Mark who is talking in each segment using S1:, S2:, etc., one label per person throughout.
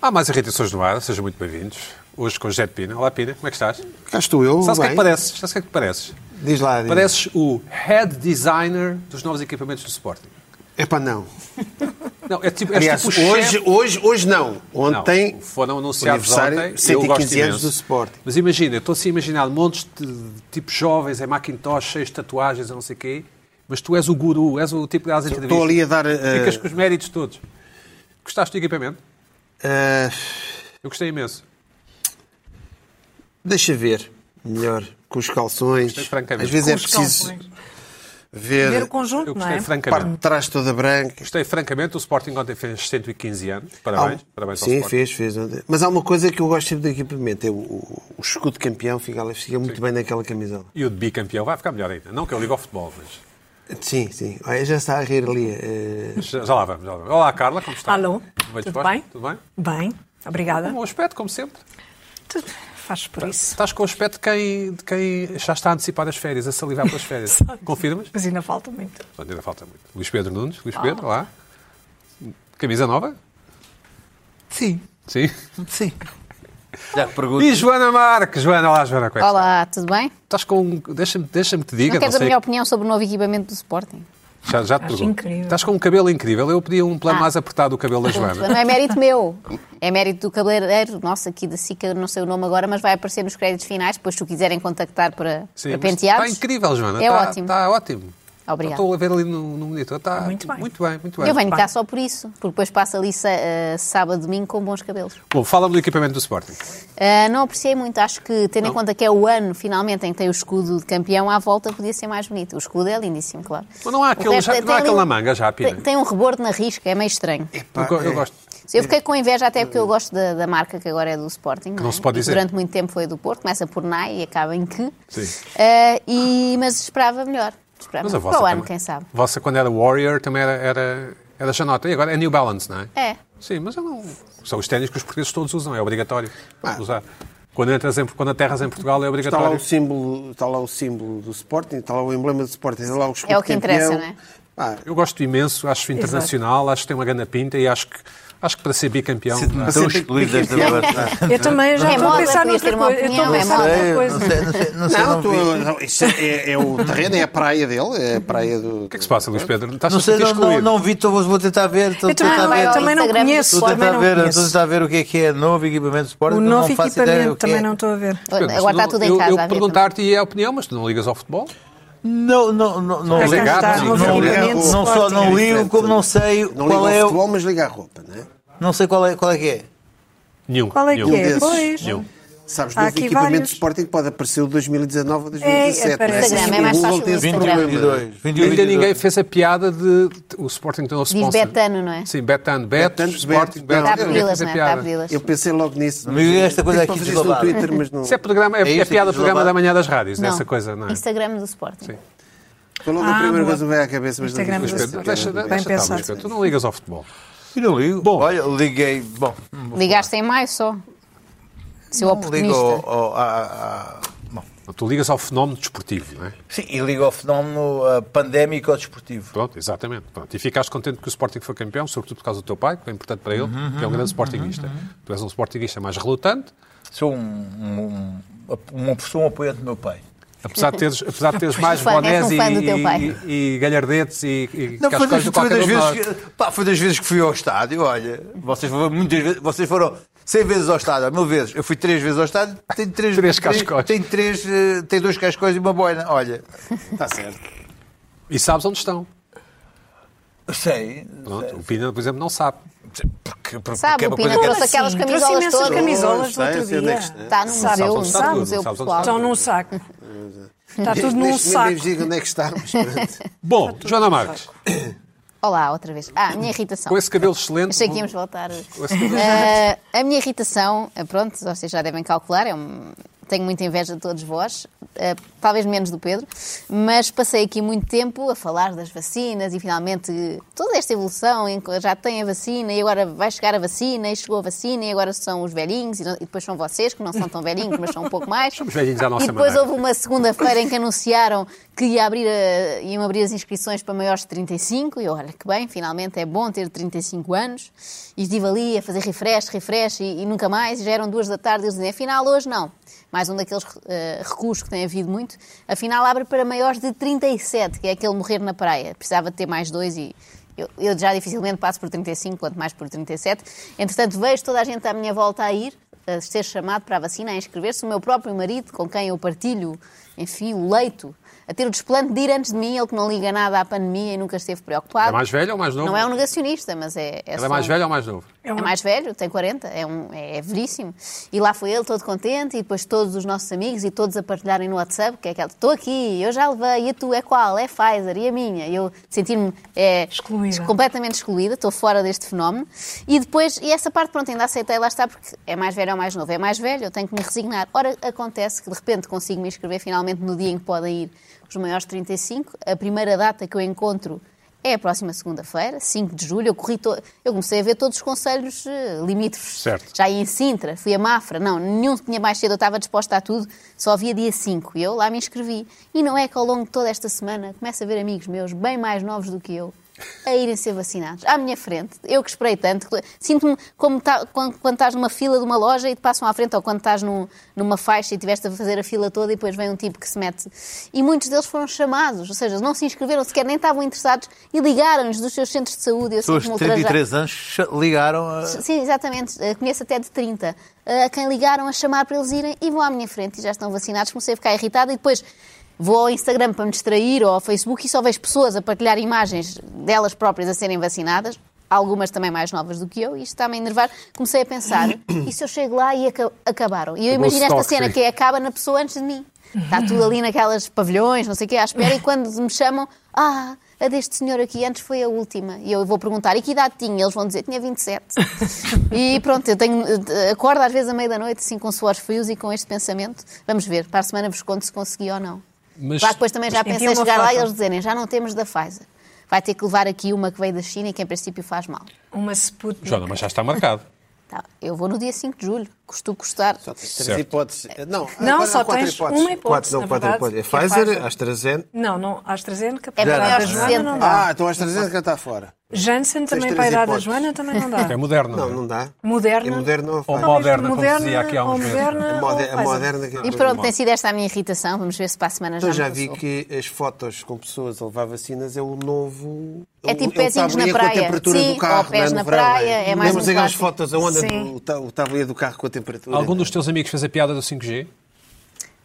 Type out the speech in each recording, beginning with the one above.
S1: Há mais irritações no ar, sejam muito bem-vindos. Hoje com Jet Pina. Olá, Pina, como é que estás?
S2: Cá estou eu.
S1: Sabes o que é que
S2: bem.
S1: pareces? Sabes o que é que pareces?
S2: Diz lá. diz.
S1: Pareces o head designer dos novos equipamentos do Sporting.
S2: Epá, não.
S1: Não, é tipo, és
S2: Aliás,
S1: tipo o
S2: hoje,
S1: chefe-
S2: hoje, hoje não. Ontem
S1: Não, foram anunciados
S2: aniversário,
S1: ontem. eu
S2: 115
S1: gosto
S2: anos
S1: imenso.
S2: do Sporting.
S1: Mas imagina, eu estou assim a imaginar montes de, de tipos jovens em Macintosh, cheios de tatuagens, eu não sei o quê. Mas tu és o guru, és o tipo que dá as entrevistas.
S2: estou ali a dar. eh,
S1: Ficas com os méritos todos. Gostaste do equipamento?
S2: eh,
S1: Eu gostei imenso.
S2: deixa ver. Melhor. Com os calções.
S1: Gostei, francamente.
S2: Às vezes
S1: Com
S2: é
S3: os
S2: preciso
S3: calções. Ver
S2: ver
S3: o conjunto,
S1: Eu
S3: não
S1: gostei
S3: é?
S2: a parte
S1: francamente.
S2: de trás toda branca.
S1: Gostei francamente. O Sporting ontem fez 115 anos. Parabéns.
S2: Há um-
S1: Parabéns ao
S2: Sim,
S1: Sporting.
S2: fez, fez. ontem. Mas há uma coisa que eu gosto sempre do equipamento. É o, o, o escudo campeão fica, ali- fica muito bem naquela camisola.
S1: E o de bicampeão vai ficar melhor ainda. Não que eu ligo ao futebol, mas
S2: Sim, sim. Olha, já está a rir ali. eh,
S1: já, já lá vamos. já lá vamos. Olá, Carla, como está?
S3: Alô, tudo
S1: disposta?
S3: bem?
S1: Tudo bem?
S3: Bem, obrigada.
S1: Um bom aspecto, como sempre.
S3: Tu fazes por isso.
S1: Estás com o aspecto de quem, de quem já está a antecipar as férias, a salivar pelas férias. Confirmas?
S3: Mas ainda falta muito.
S1: Pronto, ainda falta muito. Luís Pedro Nunes, Luís
S4: Ah.
S1: Pedro, lá. Camisa nova?
S3: Sim.
S1: Sim.
S3: Sim.
S5: Já te pergunto.
S1: E Joana Marques. Joana, olá, Joana. como é que estás?
S4: Olá, tudo bem?
S1: Estás com um... Deixa-me deixa que te diga.
S4: não queres
S1: não
S4: a
S1: sei-
S4: minha opinião sobre o novo equipamento do Sporting?
S1: Já, já te
S3: Acho
S1: pergunto.
S3: incrível.
S1: Estás com um cabelo incrível. Eu pedi um plano
S4: Ah.
S1: mais apertado do cabelo da
S4: Não
S1: Joana.
S4: é mérito meu, é mérito do cabeleireiro nosso aqui da SICA, não sei o nome agora, mas vai aparecer nos créditos finais, depois se o quiserem contactar para, para
S1: mas
S4: penteados.
S1: Está incrível, Joana. tá-
S4: É
S1: está,
S4: ótimo.
S1: Está ótimo.
S4: Obrigada.
S1: Estou a ver ali no, no monitor. Está
S3: Muito bem.
S1: Muito bem, muito bem.
S4: Eu venho
S3: Bem.
S4: cá só por isso, porque depois passo ali sa- eh, sábado, domingo com bons cabelos.
S1: Bom, fala-me do equipamento do Sporting.
S4: Ah, não apreciei muito, acho que tendo em conta que é o ano finalmente em que tem o escudo de campeão à volta, podia ser mais bonito. O escudo é lindíssimo, claro.
S1: Mas não há
S4: O
S1: aquele- já-
S4: tem
S1: não há
S4: ali
S1: aquele na manga, já, Pina?
S4: Tem, tem um rebordo na risca, é meio estranho.
S2: Pá,
S1: eu, go- eu
S2: é.
S1: gosto.
S4: Eu fiquei com inveja até porque eu gosto da, da marca que agora é do Sporting.
S1: não
S4: é?
S1: se pode
S4: E
S1: dizer.
S4: Durante muito tempo foi do Porto, começa por NAI e acaba em que.
S1: Sim.
S4: Eh, e, mas esperava melhor. Esperava
S1: Mas a
S4: melhor.
S1: vossa
S4: Para o Tá ano,
S1: também-
S4: quem sabe.
S1: A vossa, quando era Warrior, também era, era, era Janota. E agora é New Balance, não é?
S4: É.
S1: Sim, mas eu não... São os ténis que os portugueses todos usam. É obrigatório
S2: Ah.
S1: usar. Quando, entras em, quando aterras em Portugal, é
S2: Está lá,
S1: obrigatório.
S2: o símbolo, está lá o símbolo do Sporting, está lá o emblema do Sporting, está lá o escudo
S4: É o que interessa,
S2: campeão.
S4: não é?
S2: Pá,
S1: Eu gosto imenso, acho internacional, acho que tem uma grande pinta e acho que, acho que para ser bicampeão.
S5: Sinto-me tão excluído desta conversa.
S3: Eu também já
S4: É
S3: estou a
S4: moda,
S3: pensar
S4: podias
S3: noutra
S4: ter uma
S3: coisa. Eu estou a
S4: opinião, é
S3: pensar
S4: moda.
S3: noutra
S5: Não
S3: coisa.
S5: sei, não sei, não sei.
S2: não,
S5: Não,
S2: tu-
S5: vi.
S2: não, isso é, é o terreno, é a praia dele, é a praia do.
S1: O que é que se passa, Luís Pedro? Estás
S5: Não sei,
S1: a sentir
S5: não, não,
S1: excluído?
S5: não vi, então vou vou tentar ver. Estou
S3: Eu também
S5: tentar
S3: não,
S4: vai
S5: ver.
S3: eu
S4: ao
S3: também não
S4: Instagram do
S3: conheço.
S5: Estou a
S3: também
S5: tentar
S3: não
S5: ver,
S3: conheço.
S5: estou a tentar ver o que é que é novo equipamento de Sporting.
S3: O
S5: não
S3: novo
S5: faço ideia
S3: equipamento
S5: o que é.
S3: também não estou a ver.
S1: Pedro,
S4: agora
S1: se não-
S4: está tudo em
S1: eu,
S4: casa.
S1: Eu
S4: a ver
S1: perguntar-te é a opinião, mas tu não ligas ao futebol?
S5: Não, não, não, não,
S3: Cá
S1: ligado,
S3: está,
S1: sim,
S3: novo
S5: não,
S2: ligado.
S3: equipamento,
S5: não só
S3: Sporting.
S5: não ligo, como não sei
S2: Não
S5: qual
S2: liga
S5: é
S2: ao
S5: o.
S2: futebol, mas liga à roupa, não é?
S5: Não sei qual é, qual é que é.
S1: Nenhum.
S3: Qual é
S1: nenhum.
S3: que é?
S2: desses.
S3: Pois.
S1: Nenhum.
S2: Sabes,
S3: Há
S2: novo
S3: aqui
S2: equipamento
S3: vários.
S2: de Sporting pode aparecer o 2019 ou 2017.
S3: É, aparece.
S2: não
S4: Instagram, é mais
S2: O Google
S4: fácil
S2: tem
S4: o
S2: esse
S4: Instagram.
S2: problema.
S5: 22. 21,
S1: Ainda ninguém
S5: 22.
S1: fez a piada de, de- o Sporting tem o nosso
S4: Diz
S1: sponsor.
S4: Betano, não é?
S1: Sim, Betano. Beto,
S2: Betano,
S1: Sporting,
S2: Beto.
S1: Beto.
S4: Está a
S2: Eu
S1: Ninguém
S4: pedi-las,
S1: fez
S4: não é?
S1: a
S4: Está a
S1: piada.
S4: pedi-las.
S2: Eu pensei logo nisso.
S5: Amigo, esta coisa
S2: Tentei
S5: aqui
S2: fazer isso no
S5: deslavada.
S2: Twitter, mas não.
S1: Isso é, programa, é,
S5: É isto
S1: é
S5: aqui
S1: piada do
S5: dos
S1: programa da
S5: lavar-
S1: manhã das rádios,
S4: Não.
S1: dessa coisa, não é?
S4: Instagram do Sporting.
S1: Sim.
S2: Foi logo
S3: Ah,
S2: a primeira
S3: boa.
S2: coisa que me veio à cabeça. Mas não
S3: Instagram
S4: é
S1: Luís
S3: do
S2: disse.
S1: Pedro,
S3: Bem
S1: deixa, deixa estar,
S3: pensado.
S1: Luís Pedro. Tu não ligas ao futebol.
S5: E não ligo.
S1: Bom.
S5: Olha, liguei. Bom,
S4: Ligaste em maio só. Seu
S5: não ligo
S4: oportunista.
S5: ao, ao, à- à- bom.
S1: Tu ligas ao fenómeno desportivo, não é?
S5: Sim, e ligo ao fenómeno ah, pandémico ou desportivo.
S1: Pronto, exatamente. Pronto. E ficaste contente que o Sporting foi campeão, sobretudo por causa do teu pai, que é importante para ele, que é um grande Sportingista. Tu és um Sportingista mais relutante,
S5: Sou um, um, um, sou um apoiante do meu pai.
S1: apesar de teres, apesar de teres mais
S4: fã, és um
S1: bonés e,
S4: fã do teu pai.
S1: e, e galhardetes e, e
S5: Não, foi das,
S1: cascóis do
S5: foi,
S1: qualquer
S5: das
S1: um de nós.
S5: vezes que, pá, foi das vezes que fui ao estádio, olha. Vocês foram muitas vezes, vocês foram 100 vezes ao estádio, mil vezes. Eu fui três vezes ao estádio, tenho três,
S1: Três cascóis.
S5: Tenho três, eh, tenho dois cascóis e uma boina, olha.
S2: Está Tá certo.
S1: E sabes onde estão.
S5: Sei.
S1: Pronto, o Pina, por exemplo, não sabe.
S5: Porque, porque
S4: Sabe,
S5: é
S4: o
S5: uma
S4: Pina
S5: coisa que-
S4: trouxe aquelas
S3: Sim,
S4: camisolas
S3: assim? trouxe imensas
S4: todas.
S3: camisolas do
S2: Sei,
S3: outro
S2: sei onde é
S3: dia.
S2: que está.
S4: Está no
S3: Sabes
S4: museu,
S3: onde
S4: está
S3: está
S4: no
S1: tudo,
S4: museu
S1: sabes onde
S4: pessoal.
S3: Estão num saco. Está tudo
S2: Neste momento
S3: num
S2: nem vos
S3: saco.
S2: digo onde é que está, mas pronto.
S1: Bom, Joana Marques,
S4: Olá, outra vez. Ah, a minha irritação.
S1: com esse cabelo excelente.
S4: Achei que íamos voltar.
S1: com esse cabelo-
S4: Ah, a minha irritação, ah, pronto, vocês já devem calcular, é um- tenho muita inveja de todos vós, eh, talvez menos do Pedro, mas passei aqui muito tempo a falar das vacinas e finalmente toda esta evolução em que já tem a vacina e agora vai chegar a vacina e chegou a vacina e agora são os velhinhos e, não- e depois são vocês que não são tão velhinhos, mas são um pouco mais.
S1: Somos velhinhos à nossa
S4: E depois
S1: maneira.
S4: houve uma segunda-feira em que anunciaram que ia abrir a- iam abrir as inscrições para maiores de 35 e eu, olha que bem, finalmente é bom ter 35 anos e estive ali a fazer refresh, refresh e, e nunca mais e já eram duas da tarde e eles dizem, afinal hoje não. Mais um daqueles eh, recuos que tem havido muito. Afinal abre para maiores de 37, que é aquele morrer na praia. Precisava de ter mais dois e... Eu, eu já dificilmente passo por 35, quanto mais por 37. Entretanto, vejo toda a gente à minha volta a ir a ser chamado para a vacina, a inscrever-se, o meu próprio marido, com quem eu partilho, enfim, o leito, a ter o desplante de ir antes de mim, ele que não liga nada à pandemia e nunca esteve preocupado.
S1: É mais velho ou mais novo?
S4: Não é um negacionista, mas é.
S1: Ela
S4: só
S1: é mais
S4: um-
S1: velha ou mais novo?
S4: é mais velho, tem 40, é, um, é, é veríssimo. E lá foi ele todo contente, e depois todos os nossos amigos e todos a partilharem no WhatsApp, que é aquela, estou aqui, eu já levei, e a tu é qual? É Pfizer, e a minha? E eu sentir-me é,
S3: Excluída.
S4: completamente excluída, estou fora deste fenómeno. E depois, e essa parte, pronto, ainda aceitei, lá está, porque é mais velho ou mais novo. É mais velho, eu tenho que me resignar. Ora, acontece que de repente consigo me inscrever finalmente no dia em que podem ir os maiores de 35. A primeira data que eu encontro é a próxima segunda-feira, 5 de julho. Eu, corri to- eu comecei a ver todos os conselhos eh, limítrofes.
S1: Certo.
S4: Já ia em Sintra, fui a Mafra, não, nenhum tinha mais cedo, eu estava disposta a tudo, só havia dia 5 e eu lá me inscrevi. E não é que ao longo de toda esta semana começo a ver amigos meus bem mais novos do que eu a irem ser vacinados, à minha frente. Eu que esperei tanto, sinto-me como ta- quando, quando estás numa fila de uma loja e te passam à frente, ou quando estás num- numa faixa e tiveste a fazer a fila toda e depois vem um tipo que se mete. E muitos deles foram chamados, ou seja, não se inscreveram sequer, nem estavam interessados e ligaram-nos dos seus centros de saúde. Eu
S5: Pessoas de
S4: sinto-me ultrajada.
S5: 33 anos ch- ligaram a.
S4: é- Sim, exatamente. Eh, Conheço até de 30. eh, A quem ligaram a chamar para eles irem e vão à minha frente e já estão vacinados. Comecei a ficar irritada e depois vou ao Instagram para me distrair ou ao Facebook e só vejo pessoas a partilhar imagens delas próprias a serem vacinadas. Algumas também mais novas do que eu, e isto está-me a enervar. Comecei a pensar, e se eu chego lá e aca- acabaram? E eu
S1: Acabou o
S4: imagino esta
S1: estoque,
S4: cena
S1: sim.
S4: que é acaba na pessoa antes de mim. Está tudo ali naquelas pavilhões, não sei o quê, à espera, e quando me chamam, ah, a deste senhor aqui antes foi a última. E eu vou perguntar, e que idade tinha? Eles vão dizer, tinha 27. e pronto, eu tenho, eh, acordo às vezes à meia-da-noite, assim, com suores frios e com este pensamento. Vamos ver, para a semana vos conto se consegui ou não.
S1: Mas-
S4: Lá depois também já
S3: Mas
S4: pensei em
S3: envia uma
S4: chegar lá e
S3: foto.
S4: eles dizerem, já não temos da Pfizer. Vai ter que levar aqui uma que veio da China e que em princípio faz mal.
S3: Uma Sputnik.
S1: Joana, mas já está marcado.
S4: Tá, eu vou no dia 5 de julho, custou custar.
S2: Só tens três
S1: Certo.
S2: hipóteses. Não,
S3: É. Não,
S2: agora
S3: só
S2: há quatro
S3: tens
S2: hipóteses.
S3: uma hipótese,
S2: Quatro, não,
S3: na
S2: quatro
S3: verdade,
S2: hipóteses.
S3: que é
S2: É Pfizer,
S3: Pfizer.
S2: AstraZeneca.
S3: Não, não, AstraZeneca,
S4: É
S3: para a
S4: para
S3: idade da
S4: maiores de
S3: Joana
S4: 60.
S3: não dá.
S2: Ah, então a AstraZeneca está fora.
S3: Janssen também
S2: três
S3: para a idade da
S2: hipóteses.
S3: Joana também não dá.
S1: É moderno.
S2: Não, não dá.
S3: Moderna.
S2: É moderna ou
S1: Ou
S2: Pfizer?
S1: mo-
S3: Talvez
S1: Moderna, como dizia aqui há uns
S3: ou
S1: meses.
S3: Moderna, é
S2: A moder-
S3: ou
S2: a
S3: Pfizer.
S2: moderna que-
S4: E pronto, tem sido esta a minha irritação. Vamos ver se para a semana já
S2: Então já
S4: me
S2: vi
S4: passou.
S2: que as fotos com pessoas a levar vacinas é o novo.
S4: É
S2: o-
S4: tipo
S2: o
S4: pezinhos na
S2: tabuleiro com
S4: praia.
S2: a temperatura
S4: Sim,
S2: do carro,
S4: ou pés
S2: né,
S4: na
S2: no verão,
S4: praia,
S2: né?
S4: é mais um
S2: Lembras aquelas
S4: clássico.
S2: fotas, a onda
S3: Sim.
S2: do ta- o tabuleiro do carro com a temperatura.
S1: Algum dos teus amigos fez a piada do 5G?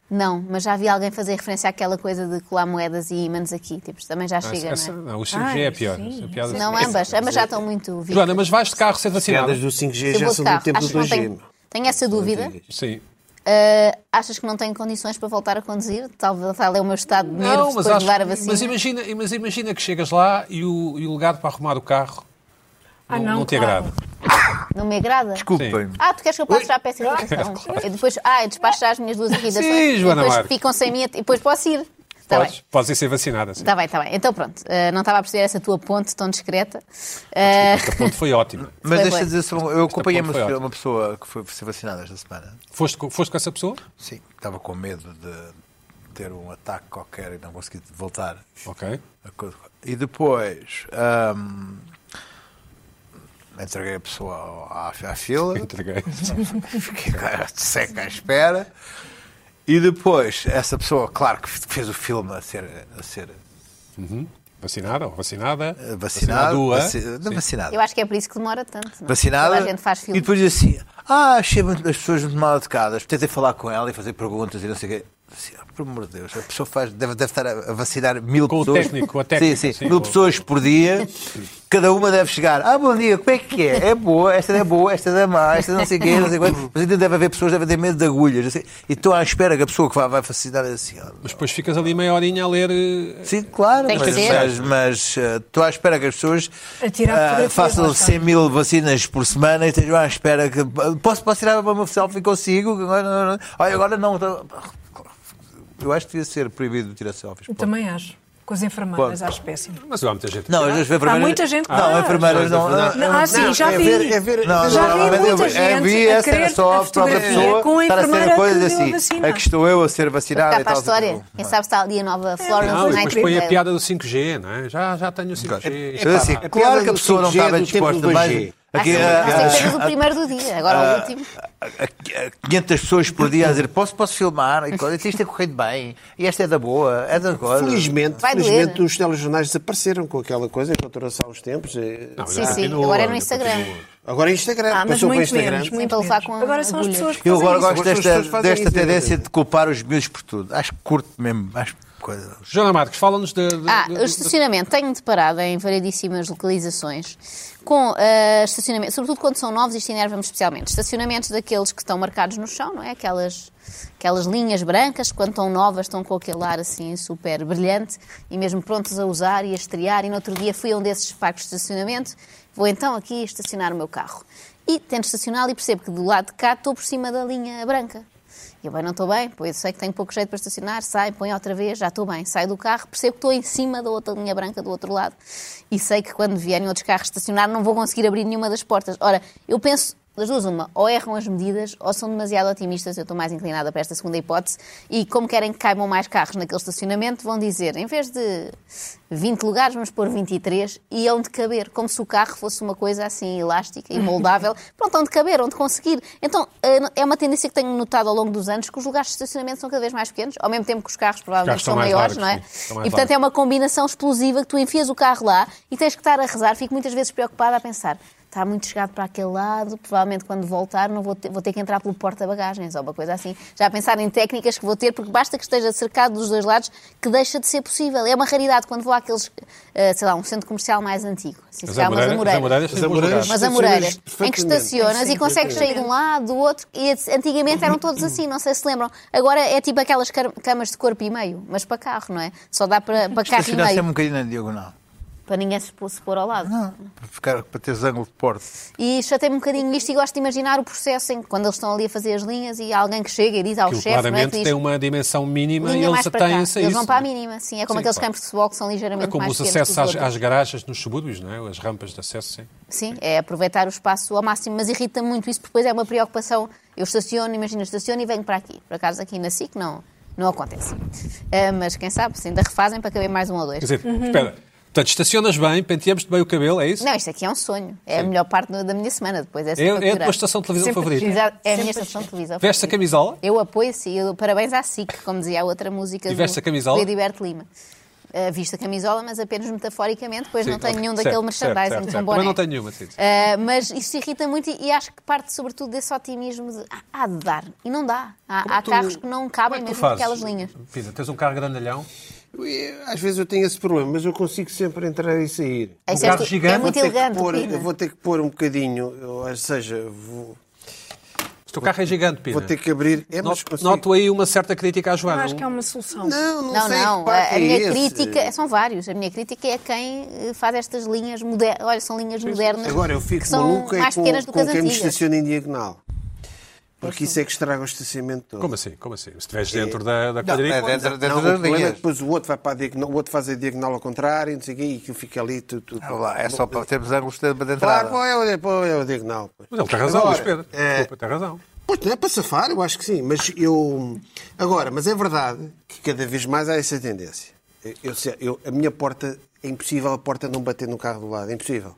S4: Não, mas já vi alguém fazer referência àquela coisa de colar moedas e ímãs aqui. Tipo, também
S2: Ah,
S4: já chega,
S1: Essa-
S4: não
S1: não, o 5G
S3: Ah,
S1: é pior.
S3: sim.
S1: A piada
S4: é?
S1: do
S4: Não
S1: 5G.
S4: ambas, ambas já estão muito vivas.
S1: Joana, mas vais de carro ser vacinada?
S2: Piadas do 5G
S4: Se eu
S2: já
S4: vou de
S2: são do
S4: carro,
S2: tempo do
S4: acho que não
S2: 2G.
S4: tenho, tenho essa dúvida.
S2: digas.
S1: Sim.
S4: Ah, achas que não tenho condições para voltar a conduzir? Talvez tal é o meu estado de nervos
S1: Não,
S4: depois
S1: mas,
S4: de
S1: acho,
S4: levar a vacina.
S1: mas, imagina, mas imagina que chegas lá e o, e o lugar para arrumar o carro
S3: Ah,
S1: não,
S3: não,
S1: não te
S3: claro.
S1: agrada.
S4: Não me agrada?
S5: Desculpem-me.
S4: Ah, tu queres que eu passe já para essa irritação? E depois, ah, eu despacho já as minhas duas irritações.
S1: Sim, Joana
S4: e depois
S1: Marques.
S4: ficam sem mim e depois posso ir. Está Tá bem.
S1: Podes, podes ir ser vacinada. Sim.
S4: Está bem, está bem. Então pronto, eh, não estava a perceber essa tua ponte tão discreta. Eh,
S1: Esta ponte foi ótima.
S4: Foi
S5: Mas deixa
S4: bem.
S5: eu dizer só, uma- eu acompanhei uma,
S1: ponto foi ótimo.
S5: uma pessoa que foi ser vacinada esta semana.
S1: Foste, com- foste com essa pessoa?
S5: Sim, estava com medo de ter um ataque qualquer e não conseguir voltar.
S1: Ok.
S5: A coisa- E depois ahm, entreguei a pessoa ao- à, à fila,
S1: Entreguei.
S5: fiquei com a seca à espera. E depois, essa pessoa, claro que fez o filme a ser, a ser
S1: Vacinada ou vacinada?
S5: eh, vacinado.
S1: Vacinadua.
S5: vaci- não, vacinado.
S4: eu acho que é por isso que demora tanto. não é?
S5: vacinada.
S4: Toda a gente faz filme.
S5: E depois diz assim: Ah, achei muito- as pessoas muito mal educadas. Tentei falar com ela e fazer perguntas e não sei o quê. Assim, ah, por amor de Deus, a pessoa faz, deve, deve estar a a vacinar mil
S6: Com o
S5: pessoas.
S6: técnico, com a técnica,
S5: Sim, sim,
S6: sim,
S5: mil
S6: com-
S5: pessoas por dia. Cada uma deve chegar. Ah, bom dia, como é que é? É boa, esta é boa, esta é má, esta não sei o quê, não sei quanto. Mas ainda deve haver pessoas que devem ter medo de agulhas. não sei. E estou à espera que a pessoa que vai, vai vacinar assim. ah,
S1: Mas depois ficas ali meia horinha a ler. eh,
S5: Sim, claro,
S4: Tem que
S5: mas,
S4: ser.
S5: mas, mas, eh, estou à espera que as pessoas
S3: A tirar
S5: ah,
S3: fotografias, lá
S5: façam
S3: está.
S5: 100 mil vacinas por semana e estejam à espera que. Posso, posso tirar uma selfie consigo? Agora não, não. Olha, agora não. tá- Eu acho que devia ser proibido tirar selfies.
S3: Eu
S5: pô.
S3: também acho. Com as enfermeiras,
S5: Pode.
S3: acho péssimo.
S1: Mas há muita gente.
S5: Não, as enfermeiras.
S3: muita gente que
S5: Não,
S3: faz.
S5: enfermeiras não. não,
S3: Não, ah, sim, já
S2: é
S3: vi.
S2: ver- é ver-
S5: Não,
S3: já
S5: não,
S3: vi
S5: não,
S3: muita
S5: é-
S3: gente
S5: é- vi
S3: a
S5: essa
S3: querer
S5: só
S3: a fotografia
S5: pessoa
S3: com a
S5: estar a
S3: enfermeira
S5: ser coisas
S3: que deu a
S5: assim.
S3: vacina.
S5: Aqui estou eu a ser vacinada
S4: Está
S5: e
S4: para a
S5: tal.
S4: história. Quem sabe está ali a nova Florence
S1: tipo, Não, e depois põe a
S4: Nightingale.
S1: piada do 5G, não é? Já, já tenho o 5G.
S5: Então, assim,
S2: a piada
S5: claro que a
S2: do
S5: pessoa não
S2: 5G
S5: estava
S2: do tempo
S5: disposta,
S2: do
S5: mas.
S2: 2G.
S5: Aqui,
S4: Nós
S5: ah,
S4: temos que pegar o primeiro do dia, agora o último.
S5: a- a- 500 pessoas por dia a dizer posso, posso filmar, e coisa, isto é corrido bem, e esta é da boa, é da coisa.
S2: Felizmente,
S4: Vai doer.
S2: felizmente os telejornais desapareceram com aquela coisa que aconteceu há uns tempos. eh,
S1: Não,
S4: Sim,
S1: já
S4: sim,
S1: continua,
S4: agora é no
S1: ainda
S4: Instagram.
S1: continua.
S2: Agora é Instagram.
S3: Ah, mas
S2: Passou para
S3: muito
S2: Instagram.
S3: menos.
S4: Sim,
S3: Muito
S4: para levar
S3: menos.
S4: Então com
S3: Agora são as
S4: agulhas.
S3: pessoas que
S5: Eu
S3: fazem
S5: agora
S3: isso.
S5: gosto
S2: Agora as
S5: desta,
S2: pessoas fazem
S5: desta
S2: isso,
S5: tendência
S2: exatamente.
S5: de culpar os miúdos por tudo. Acho que curto mesmo, acho que coisa.
S1: Joana Marques, fala-nos da. da-
S4: Ah,
S1: da-
S4: o estacionamento. Tenho deparado em variedíssimas localizações com ah, estacionamento, sobretudo quando são novos, isto enerva-me especialmente. Estacionamentos daqueles que estão marcados no chão, não é? Aquelas, aquelas linhas brancas, quando estão novas, estão com aquele ar assim super brilhante e mesmo prontos a usar e a estrear. E no outro dia fui a um desses parques de estacionamento, vou então aqui estacionar o meu carro. E tento estacionar e percebo que do lado de cá estou por cima da linha branca. E eu bem, não estou bem, pois sei que tenho pouco jeito para estacionar, sai, põe outra vez, já estou bem, saio do carro, percebo que estou em cima da outra linha branca do outro lado e sei que quando vierem outros carros estacionar não vou conseguir abrir nenhuma das portas. Ora, eu penso das duas uma, ou erram as medidas ou são demasiado otimistas, eu estou mais inclinada para esta segunda hipótese e como querem que caibam mais carros naquele estacionamento vão dizer, em vez de 20 lugares vamos pôr 23 e onde caber, como se o carro fosse uma coisa assim elástica e moldável, pronto, onde caber, onde conseguir. Então, eh, é uma tendência que tenho notado ao longo dos anos que os lugares de estacionamento são cada vez mais pequenos, ao mesmo tempo que os carros
S1: carros
S4: provavelmente
S1: são
S4: são
S1: mais
S4: maiores,
S1: largos,
S4: não é?
S1: sim,
S4: E
S1: são mais
S4: portanto é uma combinação explosiva que tu enfias o carro lá e tens que estar a rezar. Fico muitas vezes preocupada a pensar. Está muito chegado para aquele lado, provavelmente quando voltar não vou ter, vou ter que entrar pelo porta-bagagens ou uma coisa assim. Já a pensar em técnicas que vou ter, porque basta que esteja cercado dos dois lados que deixa de ser possível. É uma raridade quando vou àqueles, eh, sei lá, um centro comercial mais antigo. Assim, se
S1: As
S4: calhar umas
S1: Amoreiras- as
S4: Amoreiras.
S1: Amoreiras têm
S2: As
S1: bons
S2: Amoreiras-
S1: lugares.
S2: Estacionas
S4: Mas é Amoreiras, em que
S2: perfeitamente.
S4: estacionas e consegues sair de um lado, do outro, e antigamente eram todos assim, não sei se lembram. Agora é tipo aquelas car- camas de corpo e meio, mas para carro, não é? Só dá para, para carro e
S5: Afinal,
S4: meio,
S5: sempre um bocadinho na diagonal.
S4: para ninguém se pôr, se pôr ao lado.
S3: Hum.
S5: Não, para, ficar, para teres ângulo de porte.
S4: E chatei-me um bocadinho isto e gosto de imaginar o processo em que quando eles estão ali a fazer as linhas e há alguém que chega e diz ao
S1: Aquilo
S4: chefe, não é?
S1: claramente
S4: Que diz,
S1: tem uma dimensão mínima
S4: linha
S1: e eles
S4: mais para cá.
S1: atêm
S4: Eles
S1: a isso.
S4: vão para a mínima, sim. É como
S1: Sim,
S4: aqueles
S1: claro.
S4: campos de futebol que são
S1: É
S4: ligeiramente
S1: como
S4: mais
S1: os
S4: pequenos
S1: acessos
S4: que os
S1: às,
S4: outros.
S1: às garagens nos subúrbios, não é? As rampas de acesso, sim.
S4: Sim, é aproveitar o espaço ao máximo, mas irrita me muito isso, porque depois é uma preocupação. Eu estaciono, imagina, estaciono e venho para aqui. Por acaso aqui na SIC não, não acontece. Ah, mas quem sabe, se ainda refazem para caber mais um ou dois.
S1: Quer dizer, espera. Portanto, estacionas bem, penteamos-te bem o cabelo, é isso?
S4: Não, isto aqui é um sonho. É a melhor parte da minha semana, depois é
S1: é,
S4: sempre
S1: é a tua estação de televisão
S3: Sempre
S1: favorita.
S3: gira.
S4: É a
S3: Sempre
S4: minha estação de televisão.
S1: Veste a
S4: favorita.
S1: camisola?
S4: Eu apoio, sim. Eu- parabéns à SIC, como dizia a outra música
S1: E veste
S4: do
S1: a camisola?
S4: do Ediberto Lima. Ah, visto a camisola, mas apenas metaforicamente, pois
S1: Sim,
S4: não tenho
S1: ok.
S4: nenhum
S1: Certo,
S4: daquele
S1: certo,
S4: merchandising
S1: certo,
S4: com
S1: certo.
S4: boné.
S1: Também não tenho nenhuma, sim, sim.
S4: Ah, mas isso irrita muito e, e acho que parte sobretudo desse otimismo de ah, há de dar. E não dá. Há, há
S1: é tu-
S4: carros que não cabem
S1: Como é que tu
S4: mesmo
S1: fazes?
S4: naquelas linhas.
S1: Pina, tens um carro grandalhão,
S2: Eu- Às vezes eu tenho esse problema, mas eu consigo sempre entrar e sair.
S4: Isso é,
S1: carro
S4: tu- é
S1: gigante,
S2: Vou
S4: muito
S2: ter que
S4: elegante.
S2: pôr-
S4: Pina.
S2: eu vou ter que pôr um bocadinho, eu- ou seja, vou,
S1: o teu carro é gigante, Pina.
S2: vou ter que abrir. É, mas
S1: Noto,
S2: consigo-
S1: noto aí uma certa crítica à
S3: Eu
S1: Joana.
S3: acho que é um- há uma solução.
S2: Não, não,
S4: Não,
S2: sei.
S4: não.
S2: que
S4: A,
S2: parque
S4: a
S2: é
S4: minha
S2: esse.
S4: crítica. São vários. A minha crítica é quem eh, faz estas linhas modernas. Olha, são linhas modernas.
S2: Agora eu fico
S4: que são
S2: maluco é
S4: mais
S2: com,
S4: pequenas do
S2: com
S4: que as
S2: quem me
S4: antigas.
S2: estaciona em diagonal. Porque isso é que estraga o estacionamento todo.
S1: Como assim? Como assim? Se estiveres
S2: É.
S1: dentro da, da quadrícula...
S5: é dentro- dentro
S2: Não, o
S5: das
S2: problema é
S5: linhas.
S2: que depois o outro vai para a diagonal, o outro faz a diagonal ao contrário, não sei o quê, e que fica ali tudo. tudo.
S5: Olha lá, é só para termos ângulos de de
S2: Claro,
S5: entrada.
S2: qual é o, qual é o diagonal? pois?
S1: Mas ele tem razão,
S2: Agora, é-
S1: Luís Pedro. Desculpa, tem razão.
S2: Pois não é para safar, eu acho que sim. Mas eu. Agora, mas é verdade que cada vez mais há essa tendência. Eu, eu- eu- a minha porta. É impossível a porta não bater no carro do lado. É impossível.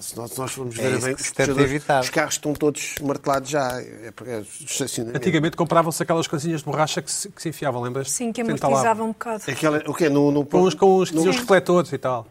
S2: Se nós, se nós formos
S5: É
S2: ver
S5: isso
S2: bem,
S5: que
S2: os,
S5: se tenta
S2: puxadores,
S5: evitar.
S2: os carros estão todos martelados já. É, porque é os estacionamentos.
S1: Antigamente compravam-se aquelas casinhas de borracha que se, que se enfiavam, lembras?
S3: Sim, que
S1: Senta lá.
S3: amortizava um bocado.
S2: Aquela, o quê? No, no,
S1: Com uns, com uns,
S2: no-
S1: tinha uns refletores e tal.
S2: Não, não,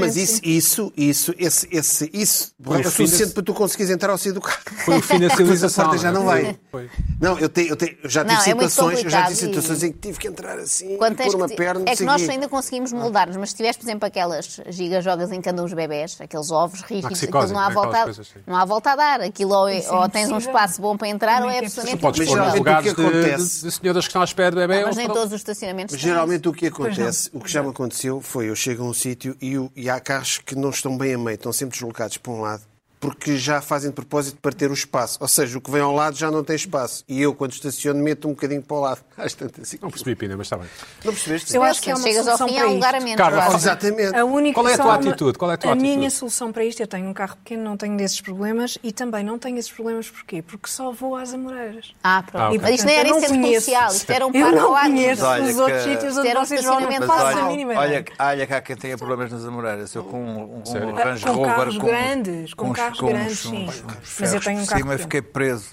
S2: mas
S3: Exatamente,
S2: isso,
S3: sim.
S2: isso, isso, esse, esse, isso é
S1: eu
S2: o
S1: fiz
S2: suficiente
S1: esse-
S2: para tu conseguires entrar ao sair do carro.
S1: Foi o fim da
S2: Depois a
S1: civilização.
S2: porta já não
S1: é?
S2: vai.
S1: Foi.
S2: Não, eu, tenho, eu, tenho, eu já
S4: Não,
S2: tive
S4: é muito
S2: situações, eu já tive
S4: complicado e-
S2: situações em que tive que entrar assim,
S4: Quando tens
S2: pôr uma
S4: que-
S2: perna, não
S4: é que
S2: sei o
S4: nós
S2: quê. Ah.
S4: ainda conseguimos moldar-nos, mas se tiveres, por exemplo, aquelas gigajogas em que andam os bebés, aqueles ovos rígidos,
S1: psicose,
S2: é?
S4: aquilo não há,
S1: né? Aquelas
S4: volta,
S1: coisas assim.
S4: não há volta a dar. Aquilo ou, é-
S3: Isso é
S4: ou tens um
S3: impossível.
S4: espaço bom para entrar
S3: Como
S4: ou
S3: é
S4: é
S3: que é
S1: Tu
S4: absolutamente
S1: podes pôr
S2: Mas
S1: nos
S2: geralmente o que
S1: lugares de,
S2: acontece?
S1: de- de senhoras que estão à espera do bebê.
S4: Ah, mas
S1: eles
S4: nem
S1: pronto.
S4: todos os estacionamentos
S2: Mas
S4: têm
S2: geralmente o que acontece, o que já me aconteceu foi eu chego a um sítio e, o- e há carros que não estão bem a meio, estão sempre deslocados para um lado, porque já fazem de propósito para ter o espaço. Ou seja, o que vem ao lado já não tem espaço. E eu, quando estaciono, meto um bocadinho para o lado. Às tantas, assim.
S1: Não percebi, Pina, mas está bem.
S2: Não percebeste?
S3: Eu
S4: isso.
S3: acho que é uma
S4: Chegas ao
S3: solução
S4: fim, há
S3: para
S4: um lugar a
S3: isto.
S4: menos.
S1: Carla,
S4: quase.
S1: fala-
S2: Exatamente.
S3: A única
S1: Qual é a tua
S3: só uma-
S1: atitude? Qual é a tua atitude?
S3: minha solução para isto, eu tenho um carro pequeno, não tenho desses problemas e também não tenho esses problemas porquê? Porque só vou às Amoreiras.
S4: Ah, pronto.
S1: Ah, ok.
S4: Mas isto não era
S3: Eu não
S4: esse centro
S3: conheço.
S4: comercial, isto era um
S3: Eu
S4: parque
S3: não
S4: ao ar livre.
S3: conheço
S5: Olha
S3: os
S5: que-
S3: outros sítios onde
S4: Era um
S3: vocês vão, não é?
S4: estacionamento
S3: faço a
S4: normal.
S3: mínima
S5: olha,
S3: ideia.
S5: olha cá quem tenha problemas nas Amoreiras. Eu com um, um, um
S1: Sério?
S5: Range
S3: Com
S5: Rover.
S3: carros
S5: com,
S3: grandes, com
S5: uns-
S3: carros
S5: uns-
S3: grandes,
S5: uns-
S3: sim.
S5: uns
S3: Mas
S5: ferros
S3: eu tenho um
S5: por
S3: carro
S5: cima,
S3: pequeno.
S5: eu fiquei preso.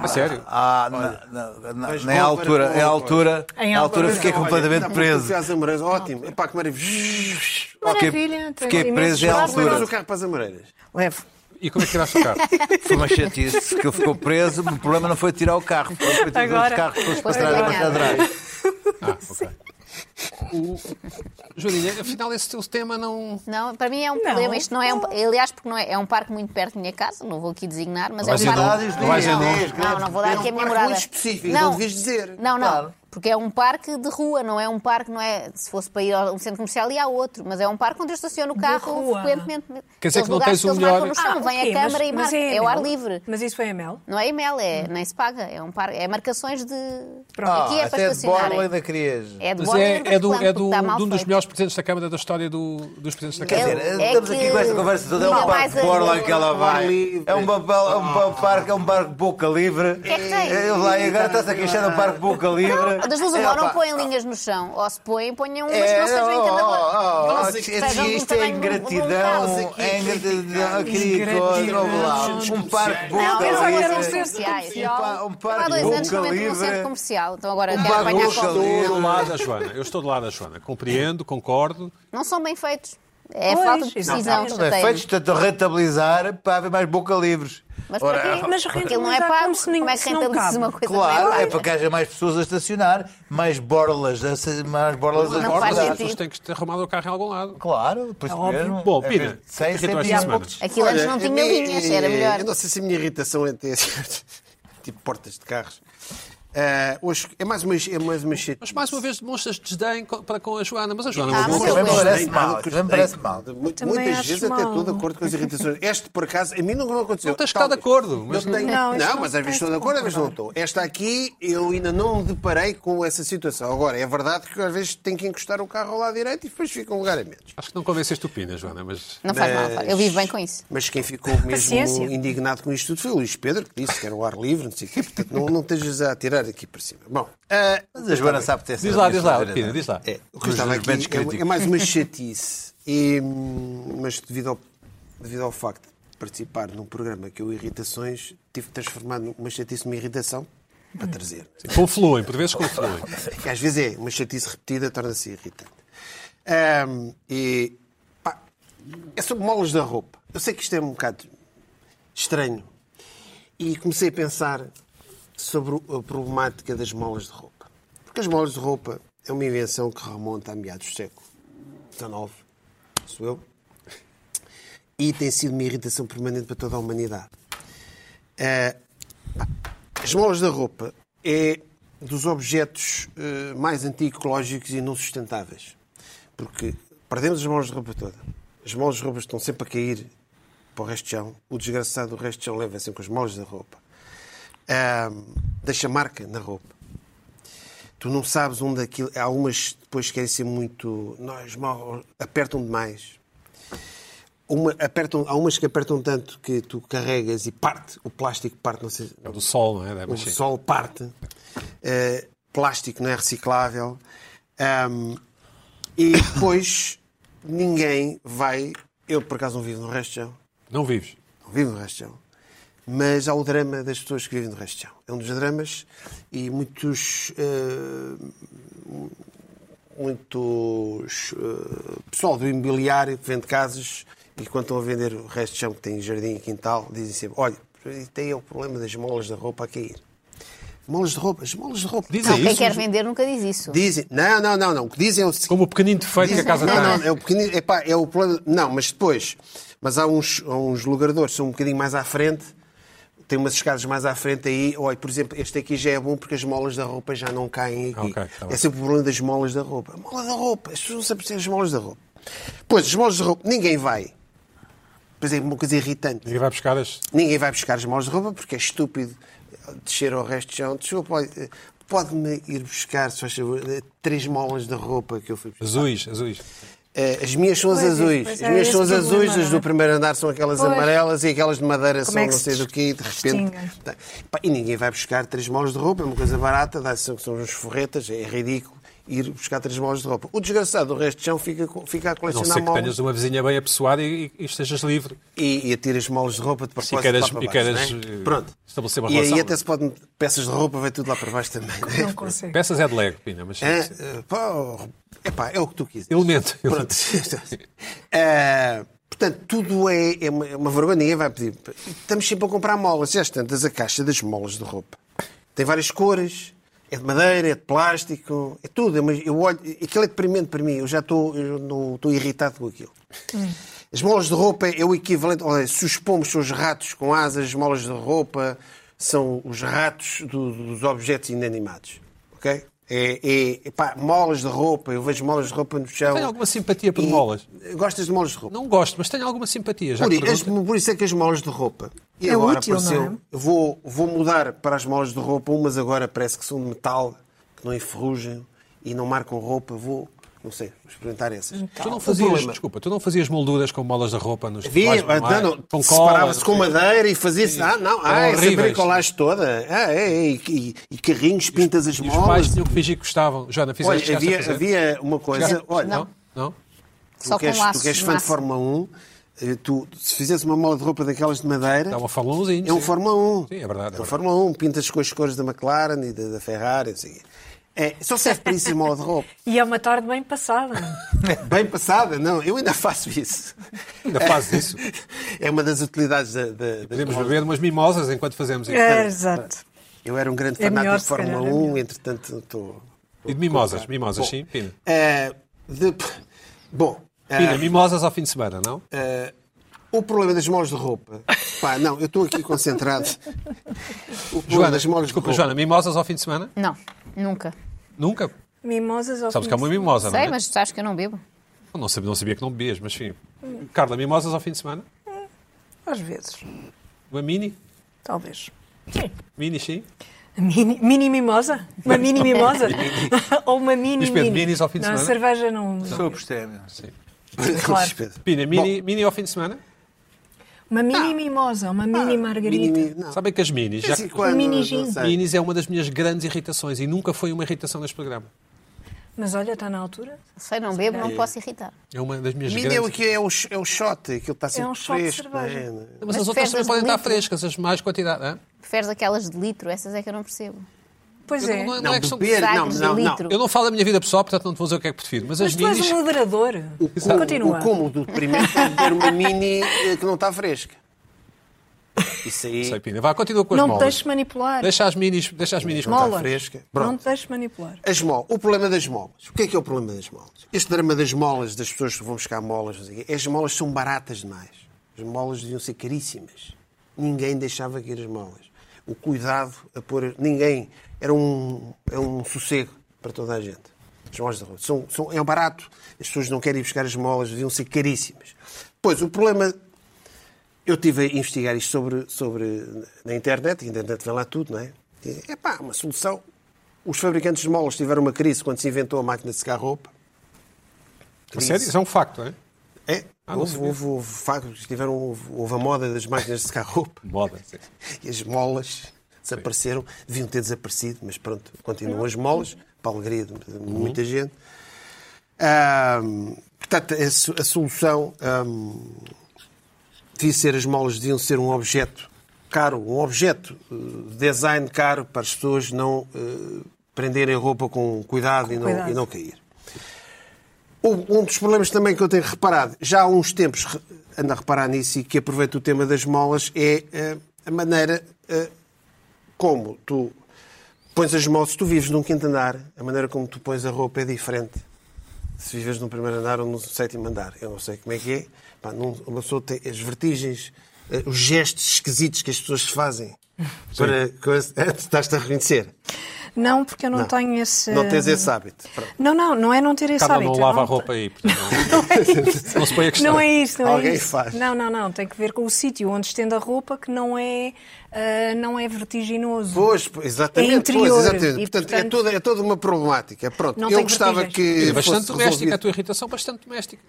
S1: A sério?
S5: Ah, na, na, na,
S2: Range
S5: nem à
S2: Rover
S5: altura,
S2: com-
S5: é a altura,
S3: Em
S5: à altura
S3: Alcoa.
S5: fiquei
S3: Olha,
S5: completamente preso.
S4: é
S2: Às Amoreiras, um ótimo. Epá, que maravilha.
S5: Fiquei-
S3: Maravilha, tem
S5: Fiquei
S3: imensos
S5: preso em
S3: espaços.
S2: Levas o
S5: altura.
S2: carro para as Amoreiras.
S3: Levo.
S1: E como é que tiraste o carro?
S5: Foi uma chatice, que eu ficou preso. O problema não foi tirar o carro, foi foi tirar os
S3: Agora.
S5: carros todos para
S4: Foste
S5: trás, para
S4: apanhado.
S5: trás.
S1: Ah, ok. O... Julinha, afinal esse teu tema não...
S4: Não, para mim é um problema. Isto não é um. Aliás, porque não é, é um parque muito perto da minha casa, não vou aqui designar, mas é
S1: vais
S4: um
S1: dizer
S4: parque.
S1: não- não vais dizer não.
S4: Não, não vou dar aqui a minha morada.
S2: muito específico, não, devias dizer.
S4: Não, não. Porque é um parque de rua, não é um parque, não é. Se fosse para ir a um centro comercial e há outro, mas é um parque onde eu estaciono o carro
S3: rua.
S4: frequentemente.
S1: Quer dizer que
S4: Aqueles
S1: não tens
S4: lugares que
S1: o
S4: eles
S1: melhor-
S4: marcam no chão,
S3: Ah, ok,
S4: vem a
S3: mas-
S4: câmara e
S3: mas
S4: marca. É, o
S3: a
S4: ar
S3: Mel?
S4: livre.
S3: Mas isso é a Mel?
S4: Não é e-mail, é, nem se paga. É um parque. É marcações de. Pronto, aqui é para
S5: Ah, até de
S4: estacionar.
S5: bola ainda querias.
S4: É de
S1: Mas
S4: bola
S1: é,
S4: e
S1: é do,
S4: reclamo,
S1: é do,
S4: porque está mal
S1: de um dos
S4: feito.
S1: melhores presentes da Câmara da história do- dos presentes da
S5: Quer
S1: Câmara.
S5: dizer,
S4: É
S5: estamos
S4: que-
S5: aqui com esta conversa toda, é um
S4: Não,
S5: parque
S4: mas
S5: de
S4: a-
S5: borla que ela vai.
S2: livre.
S5: É um, ba- é um
S4: Ah.
S5: ba- parque, é um parque boca livre.
S4: que é que tem?
S5: É, lá, e agora está-se a queixar de um parque boca livre.
S4: Das duas,
S5: É,
S4: ou não
S5: pá,
S4: põem linhas no chão, ou se põem, ponham umas que
S5: É,
S4: não sejam em cada
S5: oh, oh,
S4: lado.
S5: oh,
S4: Não se-
S5: isto-
S4: sejam de um
S5: isto é
S4: tamanho de um- de um bocado.
S5: ingratidão, é ingratidão, querida,
S3: Ingratidão.
S5: um parque
S4: Não,
S5: boca
S4: eu não quero um
S5: livre,
S4: centro comercial.
S5: um pa- um
S4: Há
S5: parque
S4: dois anos
S5: boca
S4: também num centro
S5: livre,
S4: comercial. Então agora
S5: Um
S4: quero apanhar
S5: barroco
S4: com.
S5: ali.
S1: Estou do lado da Joana. Eu estou do lado da Joana. Compreendo, concordo.
S4: Não são bem feitos. É
S3: Pois,
S4: falta de
S3: exatamente.
S4: precisão.
S3: Não,
S5: Não é
S4: chateia-me.
S5: feito tanto rentabilizar para haver mais boca livres.
S4: Mas
S5: Ora,
S4: para quê?
S3: Mas
S4: Aquilo não é
S3: rentabilizar
S4: pago.
S3: como se ninguém-
S4: Como é que
S3: se não
S4: rentabilizas
S3: cabe?
S4: uma coisa
S5: Claro,
S4: também?
S5: é para que haja mais pessoas a estacionar, mais borlas, a se- mais borlas a
S4: Não
S1: Concordo,
S4: faz
S1: mas as
S5: rodar.
S4: sentido.
S1: pessoas têm que ter arrumado o carro em algum lado.
S5: Claro, pois
S3: É óbvio.
S5: mesmo.
S1: Bom,
S5: É
S1: Pina,
S5: ver- sem
S1: o que é que tu
S5: sempre
S1: achas
S5: há
S1: semana?
S5: poucos.
S4: Aquilo antes
S2: Olha,
S4: não
S2: eu
S4: tinha
S2: nem-
S4: linhas, era melhor.
S2: Eu não sei se a minha irritação é ter tipo portas de carros. Ah, hoje é mais uma, é mais uma chatice.
S1: Mas mais uma vez demonstras desdém co- para com a Joana. Mas a Joana
S4: Ah,
S1: é uma
S4: mas
S1: boa
S4: eu-
S5: Também me
S1: pessoa.
S5: parece
S2: Nada
S5: mal,
S2: que
S5: também me
S2: gostei.
S5: parece mal.
S2: Mu-
S3: Também
S2: Muitas
S3: acho
S2: vezes é até
S3: mal.
S2: estou de acordo com as irritações. Este, por acaso, a mim nunca me aconteceu.
S1: Não tens que estar de
S2: Talvez.
S1: acordo, mas-
S2: Eu tenho-
S3: Não,
S2: Não,
S3: isto não
S2: mas às vezes
S3: tem
S2: estou de
S3: de
S2: acordo, às vezes não
S3: concordar.
S2: estou. Esta aqui, eu ainda não me deparei com essa situação. Agora, é verdade que eu, às vezes tenho que encostar o carro ao lado direito e depois fica um lugar a menos.
S1: Acho que não convenceste o Pina, Joana, mas...
S4: Não faz mal, eu vivo bem com isso.
S2: Mas quem ficou mesmo
S3: Paciência.
S2: indignado com isto tudo foi o Luís Pedro, que disse que era o ar livre, não sei o quê. Portanto, não, não estejas a atirar aqui para cima. Bom, ah,
S5: Mas a Joana sabe ter
S1: Diz lá, diz lá, Pina, diz lá.
S2: É, o que eu estava aqui
S5: momentos
S2: é, é
S5: críticos.
S2: mais uma chatice. E, hum, mas devido ao, devido ao facto de participar num programa que eu irritações, tive de transformar uma chatice numa irritação para trazer.
S1: Confluem, por vezes confluem.
S2: Que às vezes é uma chatice repetida, torna-se irritante. Ahm, e pá, é sobre molas da roupa. Eu sei que isto é um bocado estranho. E comecei a pensar sobre o- a problemática das molas de roupa. Porque as molas de roupa é uma invenção que remonta a meados do século XIX, sou eu, e tem sido uma irritação permanente para toda a humanidade. Ah, as molas da roupa é dos objetos eh, mais anti-ecológicos e não sustentáveis. Porque perdemos as molas de roupa toda. As molas de roupa estão sempre a cair para o resto de chão. O desgraçado do resto de chão leva sempre com as molas da roupa. Ahm, deixa marca na roupa. Tu não sabes onde aquilo. Há umas que depois querem ser muito. Nós mal apertam demais. Uma, apertam, há umas que apertam tanto que tu carregas e parte, o plástico parte, não sei,
S1: É do sol, não é? Da
S2: o
S1: machine.
S2: sol parte, eh, plástico não é ehm, reciclável, Ahm, e depois ninguém vai Eu, por acaso, não vivo no Restão.
S1: Não vives.
S2: Não vivo no Restão. Mas há o drama das pessoas que vivem no Restão. É um dos dramas e muitos. eh, muitos. eh, pessoal do imobiliário que vende casas e quando estão a vender o resto de chão que tem em jardim e quintal, dizem sempre: olha, tem o problema das molas da roupa a cair. Molas de roupa, as molas de roupa.
S1: Dizem
S4: Não, quem
S1: isso?
S4: quer vender nunca diz isso.
S2: Dizem, não, não, não, não. O que dizem é o seguinte.
S1: Como o pequenino defeito que a casa tá
S2: não,
S1: tem.
S2: Não, é o pequenino, epá, é o plano. Não, mas depois. Mas há uns, há uns logradores que são um bocadinho mais à frente, tem umas escadas mais à frente aí. Olha, por exemplo, este aqui já é bom porque as molas da roupa já não caem aqui.
S1: Ok, tá bem.
S2: é sempre o problema das molas da roupa. A mola da roupa, as pessoas não sabem perceber as molas da roupa. Pois, as molas da roupa, ninguém vai. Pois é, uma coisa irritante.
S1: Ninguém vai buscar as...
S2: Ninguém vai buscar as molas de roupa porque é estúpido descer ao resto de chão. Desculpa, olha, eh, pode-me ir buscar, se faz favor, eh, três molas de roupa que eu fui buscar.
S1: Azuis, azuis.
S2: Eh, As minhas são as
S3: Pois é,
S2: azuis.
S3: pois
S2: As
S3: é,
S2: minhas
S3: esse
S2: são as
S3: problema,
S2: azuis, as
S3: não
S2: do
S3: é?
S2: primeiro andar são aquelas
S3: Pois.
S2: amarelas e aquelas de madeira
S3: Como
S2: são
S3: é que
S2: não
S3: se
S2: sei do quê, de repente.
S3: distinguem?
S2: Tá. Pá, E ninguém vai buscar três molas de roupa, é uma coisa barata, dá são, são uns forretas, é ridículo ir buscar três molas de roupa. O desgraçado, o resto de chão fica, co- fica a
S1: A não
S2: colecionar
S1: ser que
S2: molas
S1: tenhas uma vizinha bem apessoada e, e estejas livre.
S2: e, e atira as molas de roupa de propósito
S1: e queiras-
S2: lá para baixo.
S1: e queiras,
S2: não é?
S1: eh,
S2: Pronto.
S1: estabelecer uma
S2: e aí
S1: relação.
S2: até se podem peças de roupa, vai tudo lá para baixo também. não é?
S3: Não consegue.
S1: Peças é de Lego, Pina, mas...
S2: É, eh, pá, oh, epá, é o que tu quiseres.
S1: Elemento.
S2: Pronto. Eh, portanto, tudo é, é uma, é uma vergonha. Ninguém vai pedir. Estamos sempre a comprar molas. Já tantas, a caixa das molas de roupa. Tem várias cores. É de madeira, é de plástico, é tudo. Mas eu olho, aquilo é deprimente para mim. Eu já estou, eu não- estou irritado com aquilo. As molas de roupa é o equivalente. Olha, se os pombos são os ratos com asas, as molas de roupa são os ratos do- dos objetos inanimados. Ok? É, é, pá, molas de roupa, eu vejo molas de roupa no chão.
S1: Tenho alguma simpatia por
S2: E-
S1: molas.
S2: Gostas de molas de roupa?
S1: Não gosto, mas tenho alguma simpatia. Já
S2: Por,
S1: que
S2: i- as-
S1: pergunta.
S2: por isso é que as molas de roupa. E
S3: É
S2: agora
S3: útil, não é?
S2: apareceu. Vou, vou mudar para as molas de roupa, umas agora parece que são de metal, que não enferrujam e não marcam roupa. Vou, não sei, vou experimentar essas.
S1: Tu não,
S2: O
S1: fazias,
S2: problema-
S1: desculpa, tu não fazias molduras com molas da roupa nos
S2: Havia,
S1: festivais de
S2: ah, não,
S1: maio?
S2: não,
S1: com cola,
S2: separava-se com madeira e fazia-se. Ah, não, ah, essa
S1: horríveis.
S2: bricolagem toda. Ah, é, é, e, e- e carrinhos, pintas as
S1: E os pais
S2: molas.
S1: tinham que fingir que gostavam. Joana, fizeste
S2: Olha,
S1: chegaste a
S2: havia,
S1: fazer?
S2: havia uma coisa.
S1: Chegaste-
S2: Olha,
S1: Não? Não?
S4: Só
S2: tu que és,
S4: com
S2: tu
S4: laços
S2: que és
S4: de
S2: fã de
S4: massa.
S2: Fórmula 1, eh, tu, se fizesse uma mola de roupa daquelas de madeira,
S1: Dá uma falãozinha.
S2: é um Fórmula 1.
S1: Sim, é verdade, é
S2: É um
S1: verdade.
S2: Fórmula 1, pintas com as cores da McLaren e da, da Ferrari. não sei o quê. É, só serve para isso a mola de roupa.
S3: E é uma tarde bem passada. é?
S2: Bem passada, não, eu ainda faço isso.
S1: Ainda fazes isso.
S2: É uma das utilidades da, da, das
S1: Podemos
S2: molas.
S1: beber umas mimosas enquanto fazemos isso.
S3: É, exato.
S2: Eu era um grande
S3: É
S2: fanático
S3: melhor,
S2: de
S3: se calhar,
S2: Fórmula
S3: é
S2: 1, entretanto estou.
S1: E de mimosas, mimosas, sim, Pina.
S2: Eh, de- Bom, eh,
S1: Pina, mimosas ao fim de semana, não?
S2: É. o problema das molas de roupa. Pá, não, eu estou aqui concentrado. O problema
S1: Joana,
S2: das molas
S1: desculpa,
S2: de roupa.
S1: Joana, mimosas ao fim de semana?
S4: Não, nunca.
S1: Nunca.
S3: Mimosas ao
S1: Sabes que
S3: fim
S1: é uma
S3: de semana.
S1: mimosa,
S4: Sei,
S1: não é?
S4: mas sabes que eu não bebo.
S1: Não sabia, não sabia que não bebias, mas sim. Carla, mimosas ao fim de semana?
S3: Às vezes,
S1: Uma mini?
S3: talvez.
S1: Mini, sim?
S3: Mini, mini mimosa? Uma mini mimosa? Ou uma mini
S1: Luís Pedro,
S3: mini?
S1: minis ao fim de
S3: não,
S1: semana?
S3: cerveja não.
S5: Sou abstêmio.
S3: Claro.
S2: Pedro.
S1: Pina, mini, mini ao fim de semana?
S3: Uma mini mimosa, uma mini margarita. Um
S2: Mini- não.
S1: Sabem que as minis, já
S2: De vez
S1: que
S2: em quando,
S3: Mini
S2: não
S3: gin.
S2: sei.
S1: Minis é uma das minhas grandes irritações e nunca foi uma irritação neste programa.
S3: Mas olha, está na altura.
S4: Sei, não bebo, não posso irritar.
S1: É uma das minhas
S2: Mini é o
S1: grandes.
S2: que é o, sh- é o shot, aquilo está sempre
S3: um shot de
S2: fresco, não é?
S3: cerveja.
S1: Mas, as
S4: Mas
S1: outras também
S4: fezes
S1: podem
S4: de
S1: estar
S4: litro.
S1: frescas, as de mais quantidade. é? hã?
S4: Preferes aquelas de litro, essas é que eu não percebo.
S3: Pois
S1: Eu
S3: é.
S1: não- não
S2: Não,
S1: é questão de-
S2: beber, não,
S4: Sagres de
S2: não, não.
S4: litro.
S1: Eu não falo da minha vida pessoal, portanto não te vou dizer o que é que prefiro. Mas,
S3: Mas
S1: as
S3: tu és
S1: minis.
S3: um moderador.
S2: O-
S3: Continua.
S2: O cúmulo do deprimente é beber uma mini eh, que não está fresca. Isso aí é
S1: Sei, Pina. Vá, continua com as
S3: Não te
S1: molas.
S3: deixes manipular.
S1: Deixa as minis, deixa as minis
S2: não
S1: contar.
S2: está
S3: Molas.
S2: fresca.
S3: Não
S2: Pronto.
S3: te deixes manipular.
S2: As molas. O problema das molas. O que é que é o problema das molas? Este drama das molas, das pessoas que vão buscar molas, não sei o quê, as molas são baratas demais. As molas deviam ser caríssimas. Ninguém deixava cair as molas. O cuidado a pôr. Ninguém. Era um, é um sossego para toda a gente. As molas da rua. São, são, é barato. As pessoas não querem ir buscar as molas, deviam ser caríssimas. Pois, o problema eu estive a investigar isto sobre, sobre, na internet, e a internet vem lá tudo, não é? É pá, uma solução. Os fabricantes de molas tiveram uma crise quando se inventou a máquina de secar roupa.
S1: A sério? Isso é um facto, é?
S2: É,
S1: Ah, não
S2: houve,
S1: sabia.
S2: houve, houve, factos, tiveram, houve, houve a moda das máquinas de secar roupa
S1: Moda.
S2: e as molas desapareceram. Deviam ter desaparecido, mas pronto,
S1: Uhum.
S2: continuam as molas, para a alegria de, de muita gente. Ah, Portanto, a, so- a solução hum, devia ser, as molas deviam ser um objeto caro, um objeto eh, de design caro para as pessoas não eh, prenderem a roupa com cuidado, e, não,
S3: cuidado.
S2: e não cair. Um, um dos problemas também que eu tenho reparado, já há uns tempos re- ando a reparar nisso e que aproveito o tema das molas, é eh, a maneira eh, como tu pões as molas, se tu vives num quinto andar, a maneira como tu pões a roupa é diferente se vives no primeiro andar ou no sétimo andar. Eu não sei como é que é. Pá, não- uma pessoa tem as vertigens, eh, os gestos esquisitos que as pessoas fazem. Para, coisa- Tu estás-te a reconhecer.
S3: Não, porque eu não, tenho esse.
S2: Não tens esse hábito. Pronto.
S3: Não, não, não é não ter esse
S1: Cada um
S3: hábito.
S1: não lava a
S3: te-
S1: roupa aí. portanto,
S3: Não é isso.
S1: Não se põe a questão.
S3: Não é isso, não
S2: Alguém
S3: é isso.
S2: faz.
S3: Não, não, não. Tem que ver com o sítio onde estende a roupa que não é, ah, não é vertiginoso.
S2: Pois, pois, exatamente.
S3: É interior.
S2: pois, exatamente.
S3: E,
S2: portanto, é,
S3: portanto,
S2: toda, é toda uma problemática. Pronto,
S3: não
S2: eu
S3: tem
S2: gostava
S3: vertigens.
S2: que.
S1: É bastante
S2: fosse
S1: doméstica,
S2: resolvido.
S1: a tua irritação bastante doméstica.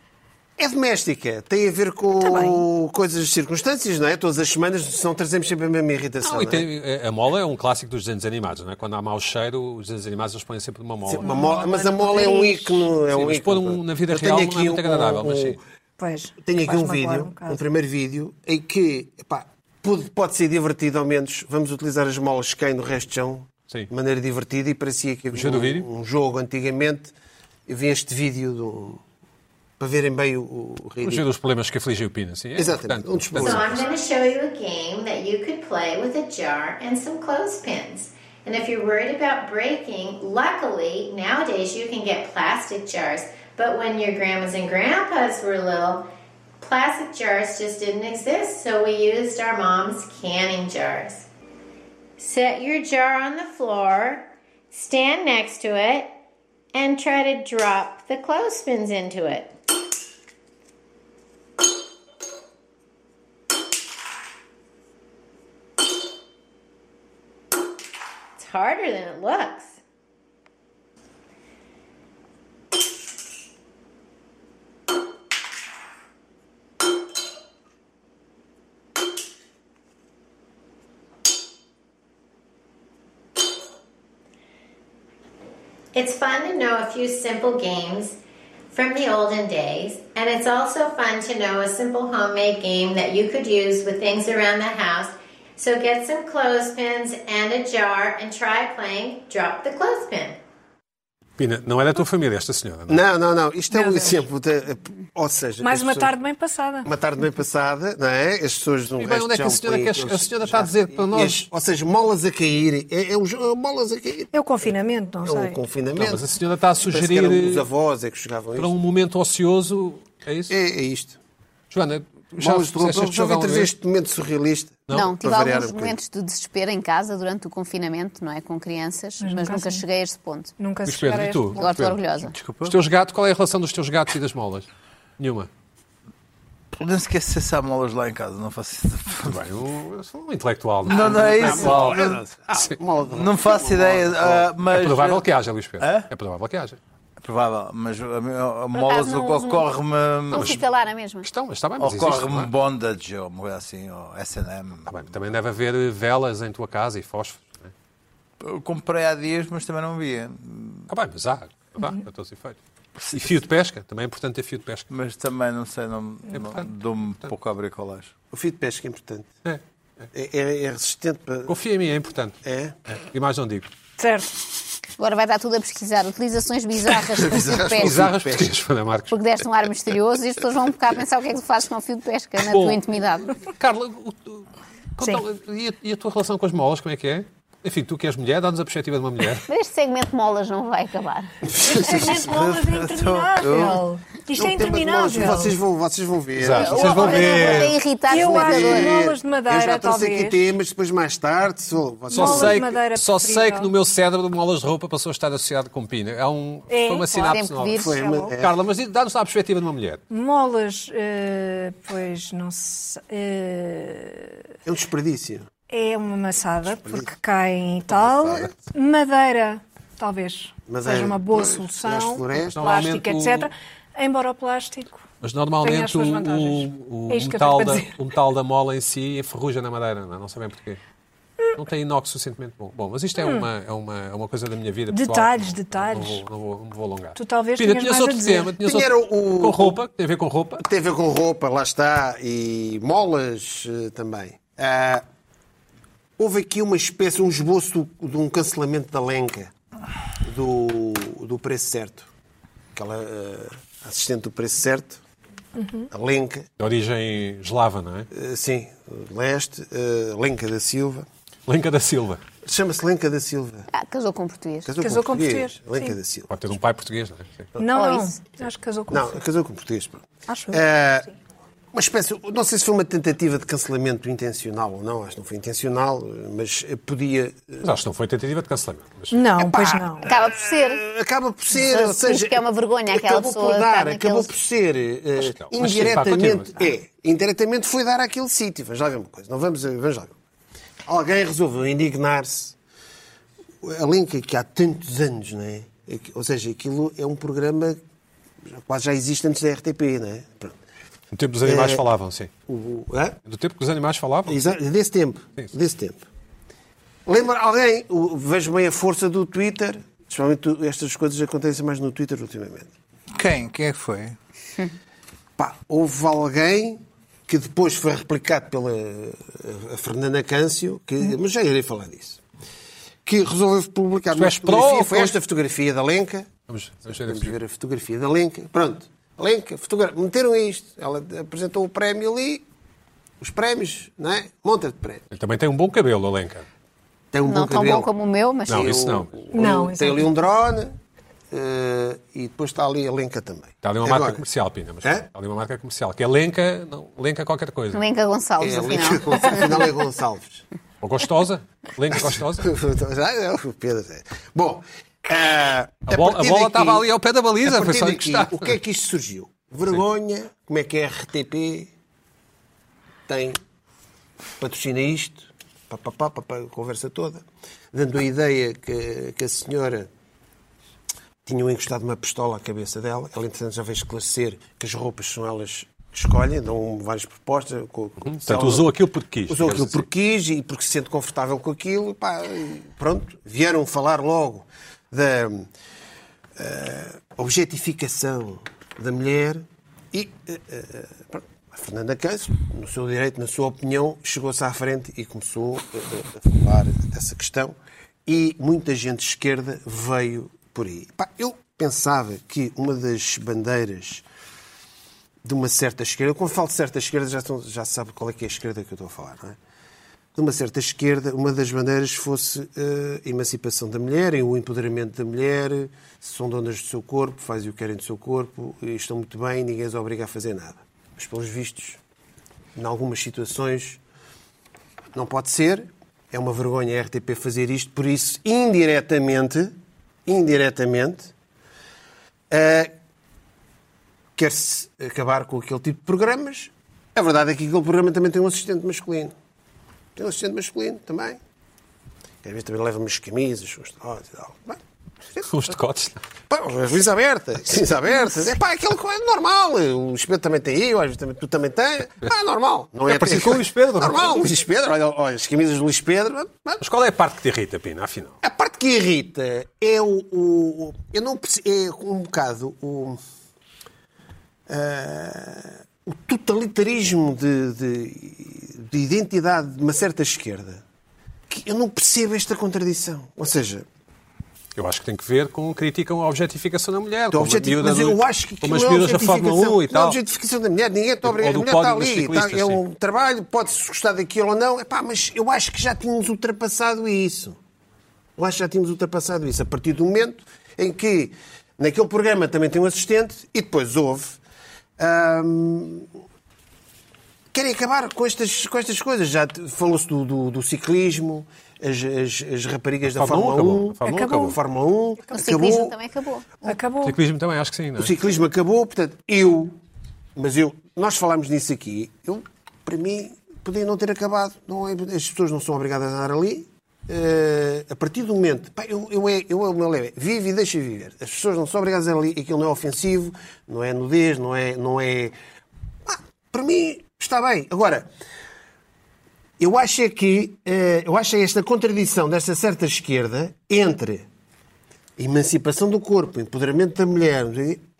S2: É doméstica, tem a ver
S3: Tá
S2: com coisas, circunstâncias, não é? Todas as semanas, senão trazemos sempre a mesma irritação.
S1: Não, e
S2: não é?
S1: tem- a- a mola é um clássico dos desenhos animados, não é? Quando há mau cheiro, os desenhos animados eles põem sempre uma mola.
S2: Sim, uma mola- mas a mola é um ícone. É
S1: Sim,
S2: um
S1: mas pôr um
S2: ícone.
S1: na vida
S2: Eu tenho
S1: real não é
S2: aqui
S1: muito
S2: um-
S1: agradável, mas sim.
S3: Pois.
S2: Tenho aqui
S3: faz-me
S2: um
S3: magoar
S2: vídeo, um,
S3: bocado.
S2: primeiro vídeo, em que pá, pode, pode ser divertido, ao menos vamos utilizar as molas que caem no resto de chão
S1: Sim.
S2: de maneira divertida e parecia que havia
S1: show do vídeo?
S2: um, um jogo antigamente. Eu vi este vídeo do- para verem bem o, o
S1: Um
S2: ridículo.
S1: dos problemas que afligiu o Pina, sim. É
S2: Exatamente,
S1: importante,
S2: um dos
S1: importante.
S6: So I'm going to show you a game that you could play with a jar and some clothespins. And if you're worried about breaking, luckily nowadays you can get plastic jars. But when your grandmas and grandpas were little, plastic jars just didn't exist, so we used our mom's canning jars. Set your jar on the floor, stand next to it, and try to drop the clothespins into it. It's harder than it looks. It's fun to know a few simple games from the olden days, and it's also fun to know a simple homemade game that you could use with things around the house. So get some clothespins and a jar and try playing Drop the Clothespin.
S1: Pina, não é da tua família esta senhora, não é?
S2: Não, não, não. Isto é
S3: Meu
S2: um
S3: Deus.
S2: exemplo. De, ou seja,
S3: Mais
S2: as
S3: uma
S2: pessoas-
S3: tarde bem passada.
S2: Uma tarde bem passada, não é? As pessoas não
S1: E bem, onde é que a senhora, quer, a senhora está a dizer para nós...
S2: Ou seja, molas a cair. É, é um jogo- molas a cair.
S3: É o confinamento, não
S2: É um
S3: sei.
S2: confinamento.
S1: Não, mas a senhora está a
S2: Parece que eram os
S1: sugerir
S2: avós é que chegavam a
S1: para
S2: isto.
S1: um momento ocioso, é isso?
S2: É, é isto.
S1: Joana, tu já
S2: Molas de roupa.
S1: fizeste este
S2: Já
S1: jogo
S2: vim
S1: alguma
S2: trazer
S1: vez?
S2: este momento surrealista.
S4: Não, tive
S2: Para variar
S4: alguns
S2: um
S4: momentos de desespero em casa durante o confinamento, não é? Com crianças, mas,
S3: nunca
S4: nunca,
S3: assim.
S4: cheguei a esse ponto.
S3: Nunca se
S1: Luís Pedro,
S3: chegar a
S1: e
S3: este
S1: tu?
S3: ponto.
S4: Agora estou
S1: Pedro.
S4: orgulhosa.
S5: Desculpa.
S1: Os teus gatos, qual é a relação dos teus gatos e das molas? Nenhuma.
S5: Não se esquece se há molas lá em casa, não faço isso.
S1: Bem, eu, eu sou um intelectual.
S5: Não, não é isso. Ah,
S2: bocadinho.
S5: Não, faço ideia. ah, mas,
S1: É provável que haja, Luís Pedro.
S5: Hã?
S1: É provável que haja.
S5: É provável, mas a, a, a molas
S4: Ah, não uso Não
S5: ocorre-me.
S4: fica lá na mesma.
S1: Questão, mas está bem, mas existe, não é?
S5: Ocorre-me bondage ou uma coisa assim, ou SM.
S1: Está bem, também deve haver eh, velas em tua casa e fósforos. não é?
S5: Eu comprei há dias, mas também não via.
S1: Está bem, mas há. Vá, para todos os efeitos. E fio de pesca, também é importante ter fio de pesca.
S5: Mas também não sei, não, não-
S1: portanto,
S5: dou-me pouco a bricolagem.
S2: O fio de pesca é importante.
S1: É.
S2: É, é- é resistente para.
S1: Confia em mim, é importante.
S2: É?
S1: E mais não digo.
S3: Certo.
S4: Agora vai estar tudo a pesquisar utilizações bizarras com fio de pesca.
S1: Bizarras portuguesas, Fernando Marcos.
S4: Porque deste um ar misterioso e as pessoas vão um bocado pensar o que é que tu fazes com o fio de pesca na
S1: Bom.
S4: tua intimidade.
S1: Carla, o- o- conta- e, a, e a tua relação com as molas, como é que é? Enfim, tu que és mulher, dá-nos a perspectiva de uma mulher.
S4: Mas Este segmento de molas não vai acabar.
S3: Segmento molas é
S2: então, O tema de molas,
S3: interminável. Isto é interminável.
S2: Vocês vão, vocês vão ver.
S1: Exato.
S2: Eu
S1: Vocês vão
S4: Olha,
S1: ver.
S4: vou até irritar os
S3: Eu acho
S4: comentadores.
S3: que molas de madeira,
S2: já trouxe aqui
S3: talvez.
S2: temas, depois mais tarde. Sou, vocês
S1: Só
S2: vão
S3: Molas
S2: ver.
S1: sei,
S3: de
S1: que,
S3: madeira
S1: só sei que
S3: preferível.
S1: no meu cérebro molas de roupa passou a estar associado com pina. É um, foi
S3: É,
S1: uma
S3: claro.
S1: sinapse
S4: Sempre que
S1: nova.
S4: vires.
S2: Foi uma- é.
S1: Carla, mas dá-nos lá a perspectiva de uma mulher.
S3: Molas, eh, pois não sei. eh,
S2: É um desperdício.
S3: é uma maçada, porque cai e tal. Madeira, talvez.
S2: Madeira,
S3: seja uma boa
S2: pois, nas
S3: solução.
S2: florestas.
S3: Plástico,
S1: Normalmente o-
S3: etc. Embora o plástico.
S1: Mas
S3: Tem as
S1: normalmente o,
S3: suas vantagens.
S1: o- o
S3: É isto que eu
S1: metal
S3: tenho
S1: da,
S3: para dizer.
S1: o metal da mola em si enferruja na madeira, não, é? não sabem porquê. Não tem inox suficientemente bom. Bom, mas isto é, uma, é, uma, é uma coisa da minha vida.
S3: Hum. Detalhes,
S1: pessoal.
S3: detalhes.
S1: Não, não, vou, não, vou, não vou alongar.
S3: Tu talvez
S1: Pina,
S3: tenhas
S1: tinhas
S3: mais a
S1: outro
S3: dizer.
S1: tema. Tinhas
S2: Tinha
S1: outro...
S2: o-
S1: Com roupa, que tem a ver com roupa.
S2: Tem a ver com roupa, lá está, e molas eh, também. Ah, houve aqui uma espécie, um esboço do- de um cancelamento da lenca do, do preço certo. Aquela ah, assistente do preço certo, a lenca,
S1: De origem eslava, não é?
S2: eh, sim, leste, eh, lenca da Silva.
S1: Lenca da Silva.
S2: Chama-se Lenca da Silva.
S4: Ah, casou com um português.
S3: Casou com português,
S2: Lenca
S3: sim.
S2: da Silva.
S1: Pode ter um pai português, não é? Sim.
S3: Não,
S4: Oh,
S3: não.
S4: isso.
S3: Acho que casou com
S2: Então, Não,
S3: você.
S2: casou com português. pronto.
S3: Acho eu.
S2: Eh, uma espécie, não sei se foi uma tentativa de cancelamento intencional ou não, acho que não foi intencional, mas eh, podia. eh,
S1: Mas acho que não foi tentativa de cancelamento. Mas...
S3: Não, pois não.
S4: Acaba por ser.
S2: eh, Acaba por ser,
S4: Mas
S2: ou seja,
S4: sinto que é uma vergonha aquela
S2: acabou
S4: pessoa
S2: por
S4: estar
S2: dar,
S4: naqueles-
S2: acabou por ser eh,
S1: Mas não, mas sim, pá,
S2: indiretamente,
S1: continua.
S2: é, indiretamente foi dar àquele sítio. Vamos lá ver uma coisa, não vamos, vamos lá ver. Alguém resolveu indignar-se. A Linka que há tantos anos, não é? É que- Ou seja, aquilo é um programa que quase já existe antes da RTP, não é? Pronto.
S1: No tempo dos animais
S2: É.
S1: falavam, sim.
S2: O- o- hã?
S1: Do tempo que os animais falavam?
S2: Exa- Desse tempo.
S1: Sim, sim.
S2: Desse tempo. Lembra alguém, o- vejo bem a força do Twitter, principalmente o- estas coisas acontecem mais no Twitter ultimamente.
S5: Quem? Quem é que foi?
S2: Pá, houve alguém que depois foi replicado pela a Fernanda Câncio, que, mas já irei falar disso, que resolveu publicar
S1: Hum. Tu
S2: uma
S1: és pró
S2: fotografia,
S1: ou
S2: foi
S1: contra?
S2: esta fotografia da Lenca,
S1: Vamos, vamos ver
S2: vamos
S1: aqui.
S2: ver a fotografia da Lenca, pronto, Lenca, fotogra- meteram isto, ela apresentou o prémio ali, os prémios, não é? Monta de prémio.
S1: Ele também tem um bom cabelo, a Lenca.
S2: Tem um
S4: Não
S2: bom
S4: tão
S2: cabelo.
S4: bom como o meu, mas
S1: Não,
S4: sim.
S1: isso não.
S3: Não,
S2: tem
S3: exato.
S2: ali um drone eh, e depois está ali a Lenca também.
S1: Está ali uma
S2: Agora,
S1: marca comercial, Pina. Mas
S2: Hã?
S1: Está ali uma marca comercial, que é Lenca, não, Lenca qualquer coisa.
S4: Lenca Gonçalves,
S2: É a
S4: afinal.
S2: Lenca Gonçalves. Afinal é Gonçalves.
S1: Ou gostosa. Lenca gostosa.
S2: Já é o Pedro. é. Bom, eh,
S1: A bola- a
S2: partir
S1: bola
S2: daqui-
S1: estava ali ao pé da baliza,
S2: a
S1: foi
S2: partir
S1: só
S2: daqui,
S1: encostar.
S2: O que é que isto surgiu? Vergonha, como é que a RTP tem, patrocina isto, pá, pá, pá, pá, pá, a conversa toda, dando a ideia que, que a senhora tinham encostado uma pistola à cabeça dela. Ela, entretanto, já veio esclarecer que as roupas são elas que escolhem, dão várias propostas. Co, co- se
S1: Uhum. Portanto,
S2: ela-
S1: usou aquilo porque quis,
S2: Usou
S1: digamos
S2: aquilo
S1: assim.
S2: porque quis e porque se sente confortável com aquilo. Pá, e pronto, vieram falar logo da eh, objetificação da mulher e eh, eh, pronto, a Fernanda Câncer, no seu direito, na sua opinião, chegou-se à frente e começou eh, eh, a falar dessa questão e muita gente de esquerda veio por aí. Pá, eu pensava que uma das bandeiras de uma certa esquerda, quando falo de certa esquerda já, estão- já se sabe qual é que é a esquerda que eu estou a falar, não é? de uma certa esquerda, uma das bandeiras fosse a emancipação da mulher e o empoderamento da mulher, são donas do seu corpo, fazem o que querem do seu corpo, e estão muito bem, ninguém as obriga a fazer nada. Mas, pelos vistos, em algumas situações, não pode ser. É uma vergonha a RTP fazer isto, por isso, indiretamente, indiretamente, eh, quer-se acabar com aquele tipo de programas. A verdade é que aquele programa também tem um assistente masculino. Tem um assistente masculino também. Às vezes também leva umas camisas, uns trotes e tal. Bem,
S1: Os decotes. não.
S2: Pá, as luzes abertas, as luzes abertas. É pá, aquilo que é normal. O Espelho também tem eu, às vezes também, tu também tens. Ah, normal. Não
S1: É parecido com o Luís Pedro.
S2: Normal, o Luís Pedro. Olha, olha, as camisas do Luís Pedro. Mas
S1: Mas qual é a parte que te irrita, Pina, afinal?
S2: a parte que irrita é o. o- o- eu não perce- É um bocado o. ah, o totalitarismo de, de- de identidade de uma certa esquerda. Que eu não percebo esta contradição. Ou seja,
S1: Eu acho que tem que ver com criticam a objetificação da mulher.
S2: do
S1: como a
S2: Então, objetivo,
S1: miúda
S2: mas
S1: do-
S2: eu acho que
S1: Como
S2: aquilo
S1: as
S2: é
S1: miúdas da
S2: objetificação-
S1: Fórmula 1 e
S2: Não é
S1: tal.
S2: objetificação da mulher, ninguém está então, obrigado. A
S1: Ou do
S2: mulher está
S1: pódio dos
S2: ali,
S1: ciclistas,
S2: está- é
S1: sim.
S2: um trabalho, pode-se gostar daquilo ou não. Epá, mas eu acho que já tínhamos ultrapassado isso. Eu acho que já tínhamos ultrapassado isso a partir do momento em que naquele programa também tem um assistente e depois houve. hum, querem acabar com estas, com estas coisas. Já te- falou-se do, do- do ciclismo, as, as- as raparigas da
S1: Fórmula
S2: Fórmula 1.
S1: 1 acabou. A Fórmula
S3: 1
S2: Fórmula 1 acabou.
S3: acabou.
S4: O ciclismo também acabou.
S1: O
S3: Acabou.
S1: ciclismo também, acho que sim, não é?
S2: O ciclismo acabou, portanto, eu, mas eu, nós falámos nisso aqui, eu, para mim, podia não ter acabado. Não é- as pessoas não são obrigadas a andar ali. Eh, a partir do momento, pá, eu, eu, é- eu, é o meu lema, é, vive e deixa viver. As pessoas não são obrigadas a andar ali, aquilo não é ofensivo, não é nudez, não é. Não é... Ah, para mim, está bem. Agora, Eu acho é que eh, eu acho é esta contradição desta certa esquerda entre a emancipação do corpo, o empoderamento da mulher,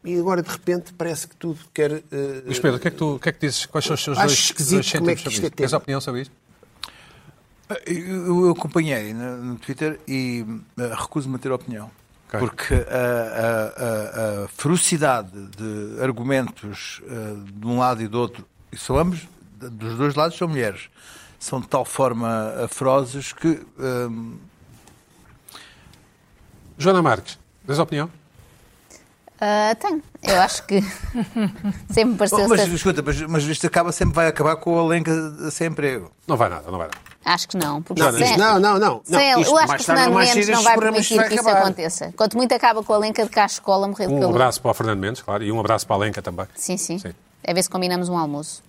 S2: e agora de repente parece que tudo quer. eh,
S1: Luís Pedro, o que é que tu o que é que dizes? Quais são os seus
S2: Acho
S1: dois,
S2: esquisito
S1: dois
S2: como é
S1: cêntimos
S2: que
S1: sobre
S2: isto é
S1: isto? Tens
S2: tema.
S1: opinião sobre isto?
S5: Ah, Eu, eu acompanhei no, no Twitter e eh, recuso-me a ter opinião.
S1: Ok.
S5: Porque a, a- a- a ferocidade de argumentos eh, de um lado e do outro, e são ambos, d- dos dois lados são mulheres, são de tal forma afrozes que eh,
S1: Joana Marques, tens opinião?
S4: Ah, tenho. Eu acho que sempre me pareceu
S5: Oh, mas
S4: ser-
S5: escuta, mas, mas isto acaba sempre, vai acabar com o elenco sem emprego.
S1: Não vai nada, não vai nada.
S4: Acho que não. Porque
S2: Não,
S4: se-
S2: isto- não, não, não.
S4: Sem
S2: não
S4: ele,
S2: isto,
S4: eu acho que
S2: mais
S4: o
S2: tarde ou
S4: Fernando
S2: mais
S4: Mendes
S2: cedo
S4: não
S2: estes
S4: vai
S2: programas
S4: permitir
S2: vai
S4: que isso
S2: acabar.
S4: aconteça. Quanto muito acaba com a lenca de cá à escola morrer de
S1: Um
S4: calor.
S1: abraço para o Fernando Mendes, claro, e um abraço para a Lenca também.
S4: Sim, sim,
S1: Sim.
S4: É ver se combinamos um almoço.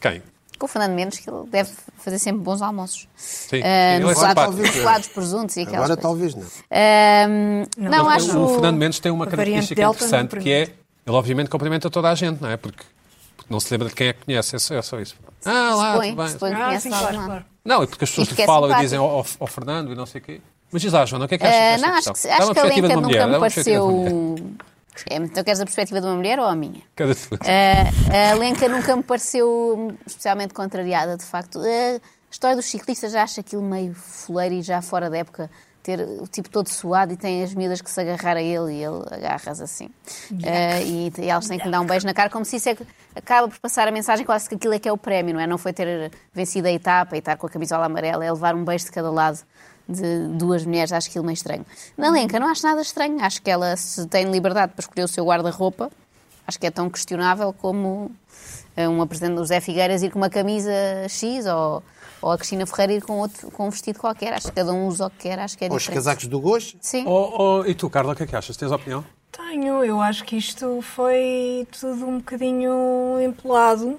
S1: Quem?
S4: Com o Fernando Mendes, que ele deve fazer sempre bons almoços.
S1: Sim.
S4: Ah,
S1: Ele é
S4: nos lados,
S1: simpático.
S4: nos lados presuntos e aquelas
S2: Agora
S4: coisas.
S2: talvez não.
S4: Ah, não,
S3: Não,
S4: acho...
S1: O Fernando Mendes tem uma
S3: a variante
S1: característica
S3: Delta não
S1: interessante que é, ele obviamente cumprimenta toda a gente, não é? Porque, porque não se lembra de quem é que conhece, é só, é só isso. Ah, lá,
S4: Supõe,
S1: tudo bem.
S4: supõe que
S3: Ah,
S4: conhece
S3: sim,
S4: lá
S3: claro,
S4: alguém.
S3: claro.
S1: Não, e porque as pessoas
S4: E que é
S1: lhe falam e
S4: simpático.
S1: dizem ao, ao- ao Fernando e não sei o quê. Mas diz lá, Joana, o que é que achas
S4: Ah,
S1: desta
S4: não, acho
S1: questão?
S4: que,
S1: Dá uma
S4: acho que a
S1: perspectiva
S4: Lenca
S1: de uma mulher,
S4: nunca
S1: dá
S4: me
S1: uma perspectiva de uma mulher.
S4: pareceu... É, então queres a perspectiva de uma mulher ou a minha?
S1: Cada segundo.
S4: Ah, a Lenca nunca me pareceu especialmente contrariada, de facto. Ah, a história dos ciclistas já acho aquilo meio fuleiro e já fora da época ter o tipo todo suado e tem as miúdas que se agarrar a ele e ele agarras assim. Ah, e, e elas têm que lhe dar um beijo na cara, como se isso é que acaba por passar a mensagem quase que aquilo é que é o prémio, não é? Não foi ter vencido a etapa e estar com a camisola amarela, é levar um beijo de cada lado de duas mulheres, acho aquilo meio estranho. Na Lenca não acho nada estranho, acho que ela se tem liberdade para escolher o seu guarda-roupa, Acho que é tão questionável como eh, um apresentador do José Figueiras ir com uma camisa X ou, ou a Cristina Ferreira ir com, outro, com um vestido qualquer. Acho que cada um usa o que quer, acho que é
S2: Ou os
S4: diferente.
S2: casacos do gosto.
S4: Sim.
S1: Oh, oh, e tu, Carla, o que é que achas? Tens opinião?
S3: Tenho, eu acho que isto foi tudo um bocadinho empolado.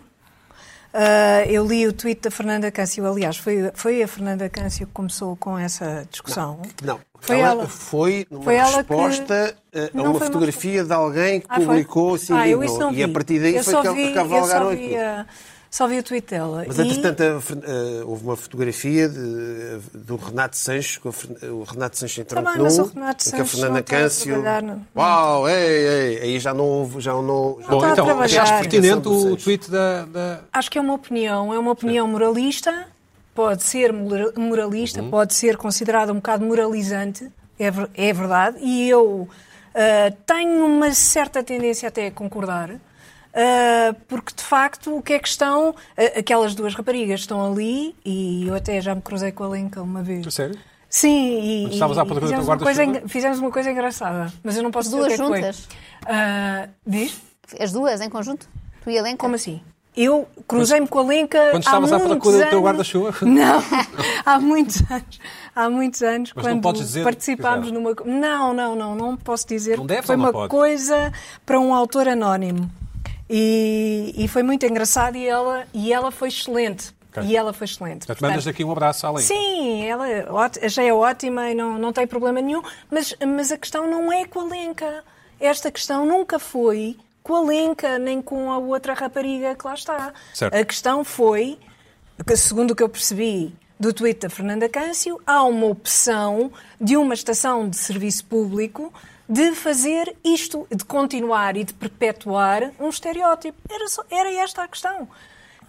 S3: Ah, eu li o tweet da Fernanda Câncio, aliás, foi, foi a Fernanda Câncio que começou com essa discussão.
S2: Não.
S3: Foi
S2: ela,
S3: ela.
S2: foi numa
S3: Foi ela que-
S2: resposta eh, a
S3: Não
S2: uma
S3: foi uma
S2: fotografia de alguém que
S3: Ah, foi?
S2: publicou se
S3: Ah, eu isso não
S2: e a
S3: vi.
S2: partir daí
S3: eu
S2: foi
S3: só
S2: que
S3: vi,
S2: ela
S3: eu só
S2: cavalgaram
S3: vi,
S2: aquilo.
S3: a- só vi o tweet dela.
S2: Mas,
S3: E-
S2: entretanto, a Fern- eh, houve uma fotografia de- do Renato Sanches, com a Fern- o Renato Sanches em tronco
S3: Tá bem, mas
S2: nu,
S3: o Renato
S2: em que a
S3: Sanches
S2: Fernanda
S3: não está a
S2: Câncio...
S3: trabalhar, não.
S2: Uau, ei, ei, aí já não houve... Já não, já
S3: Bom,
S2: não
S3: está tá a
S1: então,
S3: trabalhar.
S1: achaste pertinente
S2: Do
S1: o,
S2: Sanches.
S1: tweet da, da-
S3: Acho que é uma opinião, é uma opinião moralista, pode ser mora- moralista,
S2: Uhum.
S3: pode ser considerada um bocado moralizante, é, ver- é verdade, e eu ah, tenho uma certa tendência até a concordar, ah, porque de facto o que é que estão, ah, aquelas duas raparigas estão ali, e eu até já me cruzei com a Lenca uma vez.
S1: Sério?
S3: Sim, e,
S1: Mas estavas à
S3: e
S1: procura do
S3: fizemos, uma
S1: guarda-chuva?
S3: coisa, engra- fizemos uma coisa engraçada, mas eu não posso dizer
S4: Duas
S3: o que é que foi.
S4: juntas?
S3: Ah, diz?
S4: As duas em conjunto? Tu e a Lenca?
S3: Como assim? Eu cruzei-me com a Lenca
S1: Quando
S3: há
S1: estavas à
S3: muitos
S1: procura do teu
S3: anos.
S1: guarda-chuva?
S3: Não, há muitos anos. Há muitos anos,
S1: Mas não
S3: quando
S1: podes dizer
S3: participámos
S1: que
S3: numa... co- Não, não, não, não posso dizer.
S1: Não deves
S3: Foi
S1: ou não
S3: uma
S1: podes?
S3: coisa para um autor anónimo. E, e foi muito engraçado e ela, e ela foi excelente.
S1: Ok.
S3: E ela foi excelente.
S1: Já te mandas
S3: Portanto,
S1: daqui um abraço à Lenca.
S3: Sim, ela é óti- já é ótima e não, não tem problema nenhum, mas, mas a questão não é com a Lenca. Esta questão nunca foi com a Lenca nem com a outra rapariga que lá está.
S1: Certo.
S3: A questão foi, que, segundo o que eu percebi do tweet da Fernanda Câncio, há uma opção de uma estação de serviço público de fazer isto, de continuar e de perpetuar um estereótipo. Era, só- era esta a questão.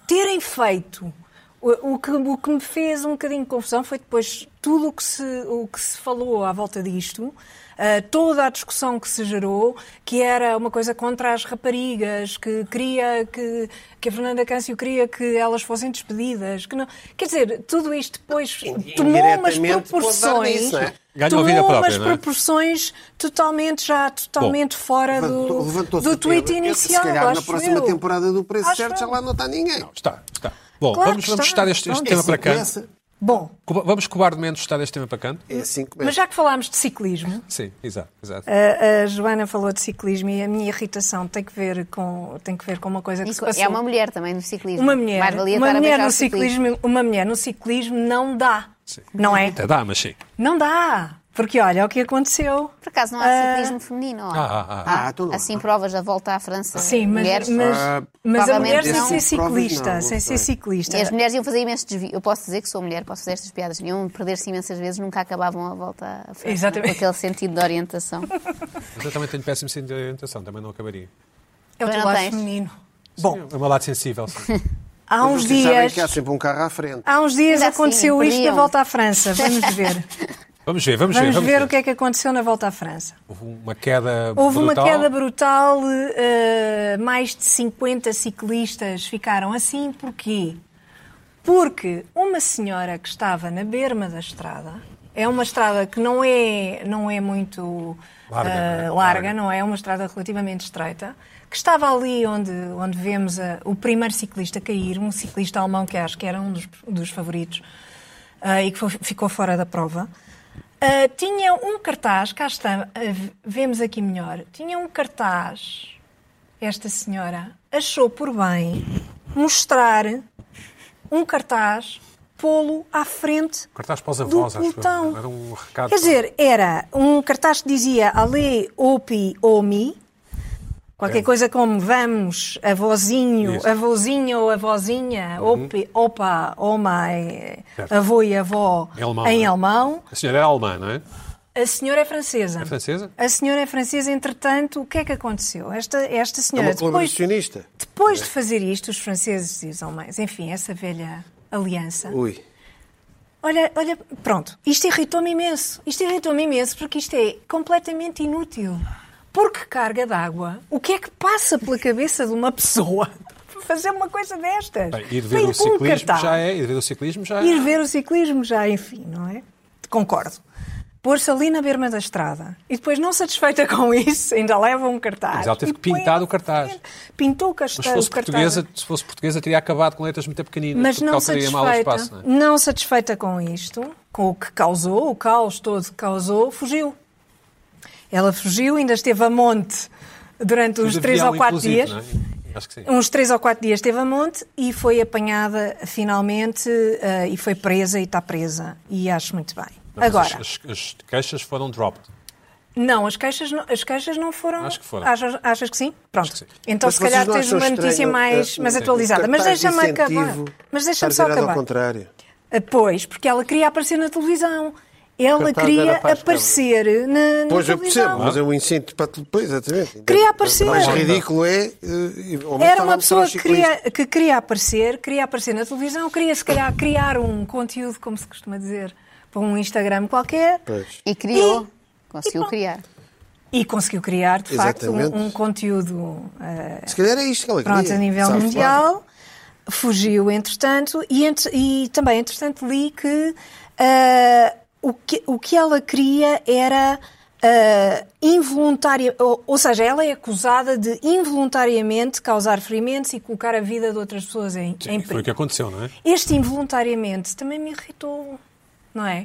S3: Terem feito o, o que, o que me fez um bocadinho de confusão foi depois tudo o que se, o que se falou à volta disto, ah, toda a discussão que se gerou, que era uma coisa contra as raparigas, que queria que, que a Fernanda Câncio queria que elas fossem despedidas. Que não, quer dizer, tudo isto depois tomou umas
S2: indiretamente pode dar
S3: proporções.
S2: nisso, não é?
S1: Ganhou
S3: tomou
S1: vida própria,
S3: umas
S1: não é?
S3: proporções totalmente já totalmente fora
S2: Levantou-
S3: do,
S2: levantou-se o tema.
S3: do tweet
S2: É que
S3: inicial.
S2: Se calhar na
S3: acho
S2: próxima
S3: eu.
S2: temporada do Preço
S3: Acho
S2: Certo já
S3: eu.
S2: lá não está ninguém.
S1: Está, está. Bom,
S3: Claro
S1: vamos,
S3: que
S1: vamos
S3: está.
S1: estar este, este
S3: Pronto.
S1: tema
S2: assim
S1: para
S2: que
S1: canto.
S2: começa.
S3: Bom,
S1: Coba- Vamos cobardemente estar este tema para canto?
S2: É assim que começa.
S3: mas já que falámos de ciclismo.
S1: Sim, exato, exato.
S3: A, a Joana falou de ciclismo e a minha irritação tem que ver com, tem que ver com uma coisa que
S4: E
S3: se
S4: co-
S3: passou.
S4: É uma mulher também no ciclismo.
S3: Uma mulher,
S4: Mais valia
S3: uma
S4: estar a
S3: mulher
S4: beijar
S3: no
S4: o ciclismo.
S2: Então.
S3: ciclismo, uma mulher no ciclismo não dá. Não é?
S1: Até dá, mas sim.
S3: Não dá. Porque olha é o que aconteceu.
S4: Por acaso não há ciclismo feminino? ó.
S1: Ah, ah, ah.
S2: Ah, então não.
S4: Assim provas da volta à França.
S3: Sim, mas,
S4: mulheres.
S3: mas,
S2: Ah,
S3: mas a
S4: provavelmente
S3: mulher sem
S4: não.
S3: ser ciclista,
S2: Provavelmente não,
S3: sem
S2: não
S3: ser
S2: sei.
S4: Ah. E as
S3: ciclista.
S4: mulheres iam fazer imensos desvios. Eu posso dizer que sou mulher, posso fazer estas piadas. Iam perder-se imensas vezes, nunca acabavam a volta à França.
S3: Exatamente.
S4: Com aquele sentido de orientação.
S1: Mas eu também tenho péssimo sentido de orientação, também não acabaria.
S3: É o
S4: Mas
S3: teu
S4: não
S3: lado
S4: tens.
S3: feminino.
S1: Bom. É o meu lado sensível. sim.
S3: Há
S2: Mas
S3: uns
S2: vocês sabem
S3: dias, Ah,
S2: que há sempre um carro à frente.
S3: há uns dias
S4: Ainda assim,
S3: aconteceu isto na
S4: podiam.
S3: volta à França. Vamos ver.
S1: Vamos ver, vamos, ver.
S3: Vamos ver o que é que aconteceu na volta à França.
S1: Houve uma queda
S3: Houve
S1: brutal.
S3: uma queda brutal, eh, mais de 50 ciclistas ficaram assim. Porquê? Porque uma senhora que estava na berma da estrada, é uma estrada que não é, não é muito
S1: Larga,
S3: eh,
S1: não é? Larga.
S3: larga, não é? É uma estrada relativamente estreita, que estava ali onde, onde vemos a- o primeiro ciclista cair, um ciclista alemão que acho que era um dos, dos favoritos ah, e que foi- ficou fora da prova. Ah, tinha um cartaz, cá está, ah, v- vemos aqui melhor, tinha um cartaz, esta senhora achou por bem mostrar um cartaz, pô-lo à frente
S1: Cartaz para os
S3: do
S1: avós, acho
S3: pelotão.
S1: eu. Era um recado.
S3: Quer dizer, era um cartaz que dizia Ale Opi Omi, qualquer coisa como vamos, avózinho,
S1: É. Isso. Uhum.
S3: avózinho ou avózinha, opi, opa, oma, eh,
S1: Certo.
S3: avô e avó
S1: Em alemão,
S3: em
S1: não é?
S3: alemão.
S1: A senhora era alemã, não é?
S3: A senhora é francesa.
S1: É francesa?
S3: A senhora é francesa, entretanto, o que é que aconteceu? Esta, esta
S2: É
S3: senhora,
S2: uma
S3: depois,
S2: colaboracionista.
S3: depois
S1: É.
S3: de fazer isto, os franceses dizem mais, enfim, essa velha aliança.
S2: Ui.
S3: Olha, olha, pronto, isto irritou-me imenso. Isto irritou-me imenso porque isto é completamente inútil. Porque carga d'água, o que é que passa pela cabeça de uma pessoa para fazer uma coisa destas?
S1: Bem, ir ver
S3: Vem
S1: o
S3: com um
S1: ciclismo
S3: cartaz.
S1: já é. Ir ver o ciclismo já é.
S3: Ir ver o ciclismo já, enfim, não é? Concordo. Pôr-se ali na berma da estrada e depois, não satisfeita com isso, ainda leva um cartaz.
S1: Mas ela teve
S3: E
S1: que pintar
S3: põe-
S1: o cartaz.
S3: Pintou o,
S1: Mas
S3: casta-
S1: se fosse,
S3: o cartaz.
S1: portuguesa, se fosse portuguesa, teria acabado com letras muito pequeninas.
S3: Mas
S1: porque
S3: não
S1: ela teria mal o
S3: satisfeita,
S1: espaço, não é?
S3: não satisfeita com isto, com o que causou, o caos todo que causou, fugiu. Ela fugiu, ainda esteve a monte durante uns
S1: Mas
S3: três
S1: havia
S3: ou
S1: um
S3: quatro
S1: inclusive,
S3: dias.
S1: não é? Acho que sim.
S3: Uns três ou quatro dias esteve a monte e foi apanhada finalmente eh, e foi presa e está presa. E acho muito bem.
S1: Não, mas
S3: Agora,
S1: As, as- as queixas foram dropped.
S3: não, as queixas não, as queixas não foram.
S1: Acho que foram.
S3: Achas, achas que sim? Pronto.
S1: que sim.
S3: Então,
S2: Mas
S3: se calhar
S2: vocês não
S3: tens
S2: acham
S3: uma notícia
S2: estranho,
S3: mais,
S2: eh,
S3: mais
S2: o
S3: atualizada. Mas
S2: cartaz de
S3: deixa-me acabar.
S2: incentivo
S3: Mas deixa-me só
S2: estar virado ao
S3: acabar.
S2: contrário.
S3: Ah, Pois, porque ela queria aparecer na televisão. Ela
S2: Cartaz
S3: queria
S2: era para as
S3: aparecer na, na
S2: Pois eu
S3: televisão.
S2: percebo, mas é um incentivo para tudo. Pois, exatamente.
S3: Queria aparecer.
S2: O mais ridículo é. eh, ao menos
S3: Era uma
S2: falamos só
S3: pessoa
S2: aos
S3: que
S2: ciclistas.
S3: queria, que queria aparecer, queria aparecer na televisão, queria se calhar criar um conteúdo, como se costuma dizer, para um Instagram qualquer.
S2: Pois.
S4: E criou.
S3: e
S4: Conseguiu
S3: pronto.
S4: criar.
S3: E conseguiu criar, de facto,
S2: Exatamente.
S3: um, um conteúdo ah,
S2: Se calhar é isto que ela queria.
S3: Pronto, a nível
S2: sabe-se lá.
S3: mundial. Fugiu, entretanto, e, entre- e também, entretanto, li que, ah, o que o que ela queria era ah, involuntária, ou, ou seja, ela é acusada de involuntariamente causar ferimentos e colocar a vida de outras pessoas em,
S1: Sim, foi
S3: em
S1: o
S3: perigo.
S1: que aconteceu, não é?
S3: Este involuntariamente também me irritou, não é?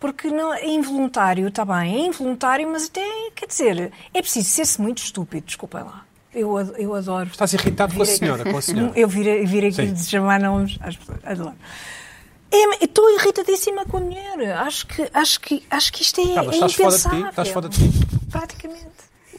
S3: Porque não, é involuntário, está bem, é involuntário, mas até, quer dizer, é preciso ser-se muito estúpido, desculpem lá. Eu, ad- eu adoro.
S1: Estás irritado com a
S3: vir aqui-
S1: senhora, com a senhora.
S3: Eu vir, vir aqui
S1: Sim.
S3: de chamar nomes às pessoas, adoro. É, Estou irritadíssima com a mulher. Acho que, acho que, acho que isto é,
S1: Carla,
S3: é
S1: Tá, estás fora de ti,
S3: impensável.
S1: estás fora de ti.
S3: Praticamente.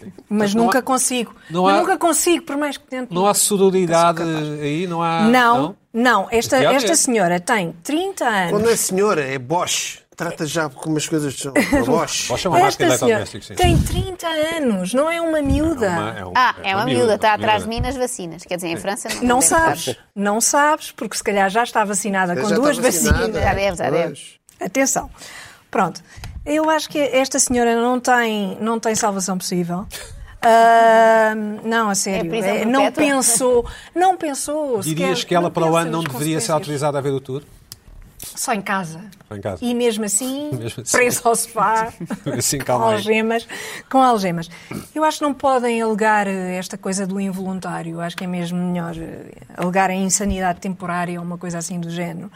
S3: Mas
S1: Portanto, não
S3: nunca
S1: há-
S3: consigo.
S1: não
S3: Mas
S1: há-
S3: nunca consigo, por mais que tente.
S1: Não há sororidade
S3: Não sou capaz.
S1: aí? Tá Não há.
S3: Não, não. Esta,
S1: Pior é.
S3: esta senhora tem 30
S2: Quando
S3: anos.
S2: é senhora, é Bosch. Trata já como as coisas são. A Bosch.
S1: Bosch é uma marca de
S3: Esta senhora
S1: eletrodoméstico, sim.
S3: tem 30 anos, não é uma miúda.
S1: Uma- um-
S4: Ah, é uma miúda,
S3: tá
S4: está
S1: uma
S4: atrás de
S1: miúda.
S4: mim nas vacinas. Quer dizer, em França não.
S3: Não
S4: deve
S3: sabes,
S4: estar.
S3: não sabes, porque se calhar já está vacinada com
S2: Já
S3: duas
S2: está vacinada.
S3: vacinas.
S4: Já deve, já deve.
S2: Pois.
S3: Atenção. Pronto. Eu acho que esta senhora não tem, não tem salvação possível. Ah, não,
S1: É
S3: a sério.
S4: prisão
S3: Eh, não
S4: perpétua.
S3: pensou, não pensou.
S1: Dirias
S3: sequer-
S1: que ela
S3: não
S1: para o
S3: pensa
S1: ano não
S3: nas
S1: deveria ser
S3: consequências.
S1: autorizada a ver o tour?
S3: Só em casa.
S1: Só em casa.
S3: E mesmo assim,
S1: Mesmo assim.
S3: preso ao sofá,
S1: Assim,
S3: com,
S1: calma aí.
S3: algemas, com algemas. Eu acho que não podem alegar eh, esta coisa do involuntário. Acho que é mesmo melhor eh, alegar a insanidade temporária ou uma coisa assim do género.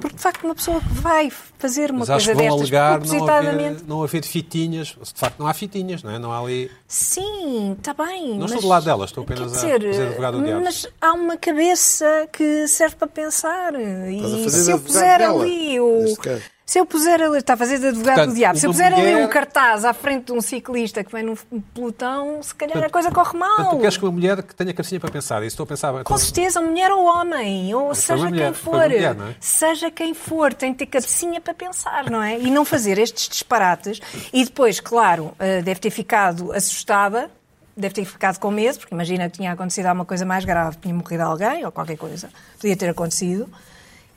S3: Porque, de facto, uma pessoa que vai fazer uma
S1: Mas acho
S3: coisa
S1: que vão
S3: destas
S1: alegar não
S3: propositadamente...
S1: haver, não haver fitinhas. De facto, não há fitinhas, não é? Não há ali.
S3: Sim, está bem.
S1: Não
S3: mas,
S1: estou do lado delas, estou apenas
S3: quer
S1: a
S3: dizer,
S1: fazer advogado do diabo.
S3: Mas há uma cabeça que serve para pensar.
S2: Estás a
S3: E
S2: fazer
S3: se eu
S2: advogado
S3: puser
S2: dela,
S3: ali o.
S2: neste caso.
S3: Se eu puser ali, está a fazer de advogado
S1: Portanto,
S3: do diabo, se eu
S1: uma
S3: puser ali
S1: mulher-
S3: um cartaz à frente de um ciclista que vem num pelotão, se calhar a
S1: Portanto,
S3: coisa corre mal.
S1: Portanto, tu queres que uma mulher que tenha cabecinha para pensar. Isso estou a pensar.
S3: Com
S1: então,
S3: certeza, um mulher ou homem, ou
S1: foi
S3: seja
S1: uma mulher,
S3: quem
S1: foi
S3: for,
S1: uma mulher, não é?
S3: seja quem for, tem de ter cabecinha para pensar, não é? E não fazer estes disparates. E depois, claro, eh, deve ter ficado assustada, deve ter ficado com medo, porque imagina que tinha acontecido alguma coisa mais grave, tinha morrido alguém ou qualquer coisa, podia ter acontecido,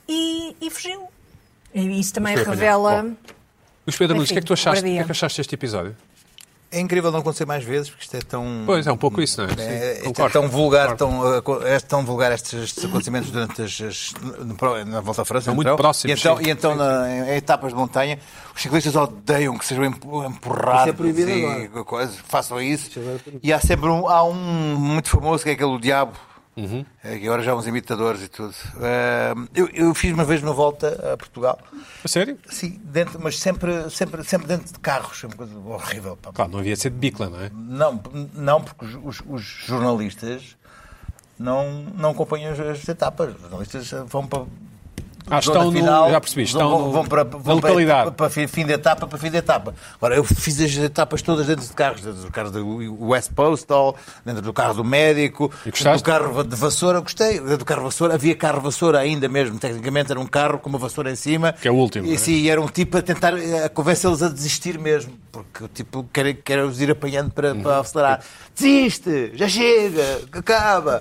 S3: e, e fugiu. E isso também
S1: Mas foi
S3: revela.
S1: apanhado. Luís Pedro Nunes, o que é que tu
S3: Enfim,
S1: achaste? O
S3: guardia.
S1: que é que achaste deste episódio?
S5: É incrível não acontecer mais vezes, porque isto é tão.
S1: Pois, é um pouco isso, não é?
S5: É,
S1: Sim,
S5: é
S1: concordo.
S5: tão vulgar, tão, uh, co- é tão vulgar estes, estes acontecimentos durante as, as- no pro- na Volta à França.
S1: São muito
S5: então.
S1: próximos,
S5: E então,
S1: sim.
S5: e então na- em, em etapas de montanha, os ciclistas odeiam que sejam empu- empurrados.
S2: Isso é proibido
S5: e
S2: agora. é
S5: coisas, façam isso. e há sempre um, há um muito famoso que é aquele do diabo.
S1: Uhum.
S5: É, que agora já há uns imitadores e tudo. Eh, eu, eu fiz uma vez uma volta a Portugal.
S1: A sério?
S5: Sim, dentro, mas sempre, sempre, sempre dentro de carros. É uma coisa horrível. pá.
S1: Claro, não havia de ser de bicla, não é?
S5: Não, não porque os, os- os jornalistas não, não acompanham as, as etapas. Os jornalistas vão para.
S1: Ah,
S5: zona
S1: estão no-
S5: final,
S1: já percebi, estão
S5: vão,
S1: no-
S5: vão para,
S1: na
S5: vão
S1: localidade.
S5: Para, para fi- fim de etapa, para fim de etapa. Ora, eu fiz as etapas todas dentro de carros, dentro do carro do West Postal, dentro do carro do médico,
S1: E
S5: dentro do
S1: gostaste?
S5: carro de vassoura, gostei, dentro do carro de vassoura, havia carro de vassoura ainda mesmo, tecnicamente era um carro com uma vassoura em cima.
S1: Que é o último, não
S5: E,
S1: é?
S5: sim, e era um tipo a tentar eh, a convencê-los a desistir mesmo, porque o tipo quer, quer os ir apanhando para, para acelerar. Desiste, já chega, que acaba.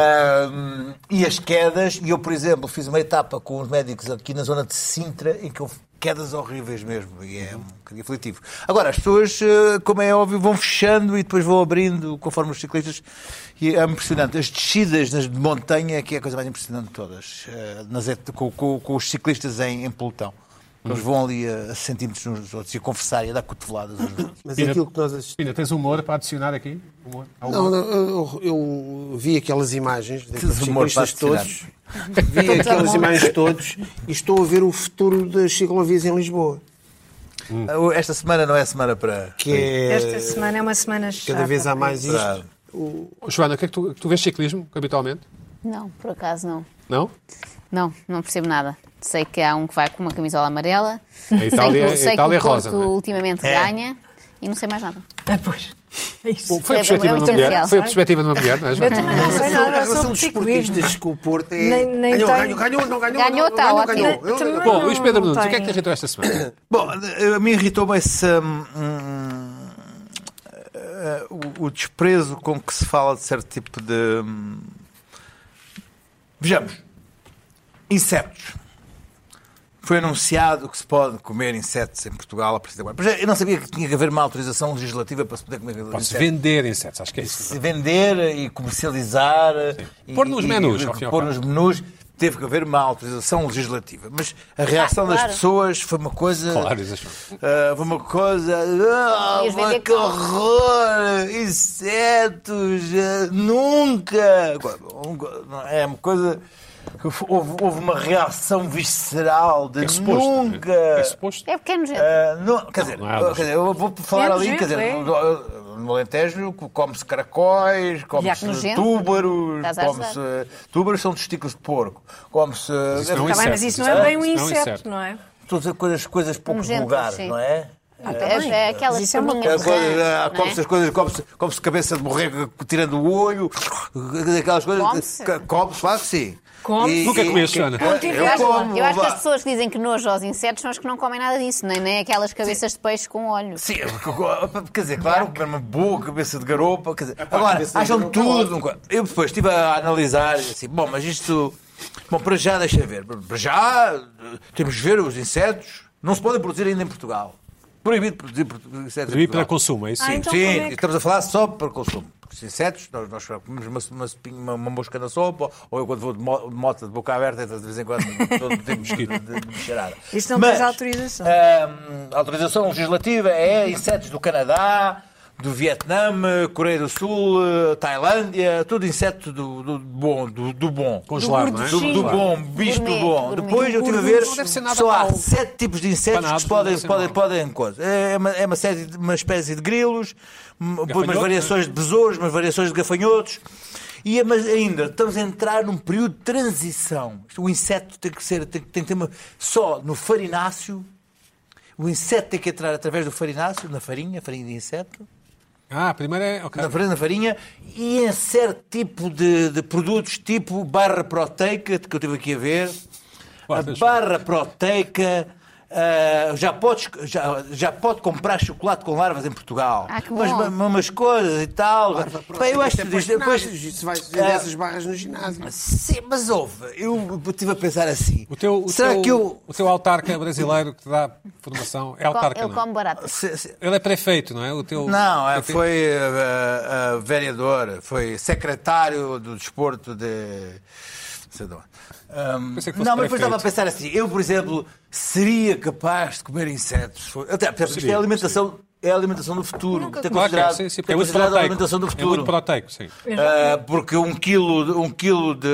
S5: Ahm, e as quedas, e eu, por exemplo, fiz uma etapa com os médicos aqui na zona de Sintra em que houve quedas horríveis mesmo, e é um bocadinho aflitivo. Agora, as pessoas, eh, como é óbvio, vão fechando e depois vão abrindo conforme os ciclistas, e é impressionante. As descidas nas de montanha é que é a coisa mais impressionante de todas, eh, nas et- com, com- com os ciclistas em, em pelotão. Eles vão ali a, a centímetros uns dos outros e a conversar e a dar cotoveladas uns dos outros.
S2: Mas
S1: Pina-
S2: aquilo que nós assistimos.
S1: Pina, tens humor para adicionar aqui? Humor? Há humor?
S2: Não, não, eu, eu vi aquelas imagens daqueles
S5: humor
S2: ciclistas
S5: para
S2: todos. Vi aquelas imagens todos e estou a ver o futuro das ciclovias em Lisboa.
S5: Ah, Esta semana não é semana para.
S2: Que é.
S1: eh,
S3: Esta semana é uma semana chata.
S2: Cada vez há mais isto.
S5: para-
S1: Joana, o que é que tu, tu vês ciclismo, habitualmente?
S4: Não, por acaso não.
S1: Não?
S4: Não, não percebo nada. Sei que há um que vai com uma camisola amarela. sei
S1: Itália-
S4: que, o- sei
S1: a Itália é
S4: que o Porto
S1: rosa, não é?
S4: ultimamente ganha e não sei mais nada.
S3: Ah, pois. É isso.
S1: Bom, Foi a perspectiva
S4: É, é
S1: de uma
S4: muito
S1: mulher.
S4: artificial,
S1: Foi a
S4: sabe?
S1: perspectiva de uma mulher, não é,
S3: Eu
S1: Joana?
S3: também não sei
S2: A
S3: nada
S2: relação
S3: sobre
S2: dos
S3: ciclismo.
S2: esportistas com o Porto é.
S3: Nem- nem
S1: um
S2: ganhou,
S3: tem-
S2: ganhou, ganhou, não ganhou.
S4: Ganhou,
S2: não,
S4: tá
S2: ganhou,
S4: ótimo.
S2: ganhou, ganhou, ganhou.
S3: Também
S1: Bom, Luís Pedro
S3: não
S1: Nunes, o que é que te
S3: tem.
S1: irritou esta semana?
S5: Bom, a mim irritou-me esse. hum, hum, ah, o- o desprezo com que se fala de certo tipo de. hum, Vejamos. Insetos. Foi anunciado que se pode comer insetos em Portugal a partir de agora. Pois é, Eu não sabia que tinha que haver uma autorização legislativa para se poder comer
S1: Podes
S5: insetos.
S1: vender insetos, acho que é isso.
S5: se vender e comercializar. e-
S1: Pôr nos
S5: e-
S1: menus,
S5: e
S1: ao fim e ao
S5: Pôr
S1: cabo.
S5: nos menus. Teve que haver uma autorização legislativa. Mas a reação das
S4: Ah, claro.
S5: pessoas foi uma coisa.
S1: Claro, isso é chato.
S5: ah, foi uma coisa. Ah,
S4: Ias vender
S5: que horror! Insetos! ah, nunca! Agora, um- É uma coisa. que Houve, houve uma reação visceral de
S1: É suposto. não é?
S5: nunca.
S1: É suposto.
S4: É pequeno gente.
S5: Ah, não, quer, dizer,
S1: não é nada.
S5: quer dizer, eu vou falar
S3: É
S5: ali,
S3: nojento,
S5: quer dizer,
S3: é?
S5: no, no Alentejo come-se caracóis,
S4: que
S5: come-se
S4: nojento.
S5: túbaros,
S4: Estás a
S5: come-se. Túbaros são testículos de porco, come-se.
S1: não é
S3: Tá bem,
S1: Insetos,
S3: mas isso não é bem um
S1: insetos, não,
S3: inseto,
S1: inseto.
S3: não é?
S5: Todas as coisas, coisas pouco
S4: Nojento,
S5: vulgares,
S4: sim.
S5: não é?
S4: é, é aquelas
S3: Isso é uma
S4: forminhas
S5: Aquela coisa,
S4: brancas,
S5: ah,
S4: não é?
S5: come-se as coisas, come-se come-se cabeça de borrego tirando o olho, aquelas coisas.
S4: Come-se?
S5: que- Come-se, claro que sim.
S3: Come-se.
S5: E-
S1: Nunca
S5: e-
S1: comeste, Joana?
S5: Eu
S4: Eu, acho-
S5: como,
S4: eu acho que
S5: vá.
S4: as pessoas que dizem que nojo aos insetos são as que não comem nada disso, nem, nem aquelas cabeças de peixe com óleo.
S5: Sim, quer dizer, claro, comer uma boa cabeça de garopa, quer dier, agora,
S2: cabeça de
S5: acham
S2: garopa é
S5: tudo. Eu depois estive a analisar, e assim, bom, mas isto, bom, para já, deixa ver, para já, eh, temos de ver os insetos, não se podem produzir ainda em Portugal. Proibido produzir por- insetos em
S1: Proibido para
S5: Portugal.
S1: consumo, é isso?
S3: Ah,
S1: sim.
S3: então
S5: Sim,
S3: como é que-
S5: estamos a falar só para consumo. Porque Os insetos, nós, nós comemos uma, uma, sopinha, uma, uma mosca na sopa, ou eu quando vou de mo- de moto de boca aberta, então de vez em quando todo tem mosquito de, de bicharada.
S3: Isso não
S5: Mas,
S3: precisa de autorização.
S5: hum, autorização legislativa é insetos do Canadá, do Vietnã, Coreia do Sul, eh, Tailândia, tudo inseto do, do bom, do, do bom.
S1: Congelado, não é?
S5: Do, do bom, bicho do
S4: Gourmet,
S5: bom.
S4: gourmet.
S5: Depois eu estive a
S1: Gourmet
S5: ver,
S1: não deve ser nada
S5: só há
S1: mau.
S5: sete tipos de insetos
S1: Panados
S5: que se podem,
S1: não deve
S5: podem,
S1: ser
S5: podem coisa. É uma, é uma série de- uma espécie de grilos, m- depois umas
S1: Gafanhotos,
S5: variações de besouros, umas variações de gafanhotos. E, é- mas ainda estamos a entrar num período de transição. Isto, O inseto tem que ser, tem, tem que ter uma. Só no farináceo, o inseto tem que entrar através do farináceo, na farinha, farinha de inseto,
S1: Ah, primeiro é. Ok.
S5: na farinha, na farinha, e em certo tipo de, de produtos, tipo barra proteica, que eu estive aqui a ver.
S1: Pá,
S5: a
S1: deixa-
S5: barra proteica. ah, já, podes, já, já pode comprar chocolate com larvas em Portugal.
S4: Ah, que
S5: Umas-
S4: bom.
S5: ma- umas coisas e tal. Pá, eu
S1: é
S5: acho que
S2: depois,
S5: isto- depois-
S2: se
S3: É.
S2: vais fazer
S5: Ah,
S2: essas barras no ginásio.
S5: Sim, mas houve. Eu estive a pensar assim.
S1: O teu, o
S5: Será
S1: teu,
S5: que eu.
S1: o teu autarca brasileiro que te dá formação é autarca,
S4: Ele
S1: não? é?
S4: come barato.
S5: se- se-
S1: Ele é prefeito, não é? O teu...
S5: Não, é,
S1: o teu-
S5: foi eh, eh, vereador, foi secretário do desporto de. não sei de onde. Ahm,
S1: Pensei que fosse
S5: não, mas depois
S1: prefeito.
S5: estava a pensar assim. Eu, por exemplo, seria capaz de comer insetos. Foi- Até porque isto é
S1: Seria,
S5: alimentação. É a alimentação do futuro. Tem
S1: Claro que é,
S5: considerado,
S1: sim, sim, porque
S5: tem
S1: é muito
S5: considerado a
S1: proteico.
S5: alimentação do
S1: É
S5: futuro.
S1: muito proteico, sim.
S5: Ah, porque um quilo, de- um quilo de.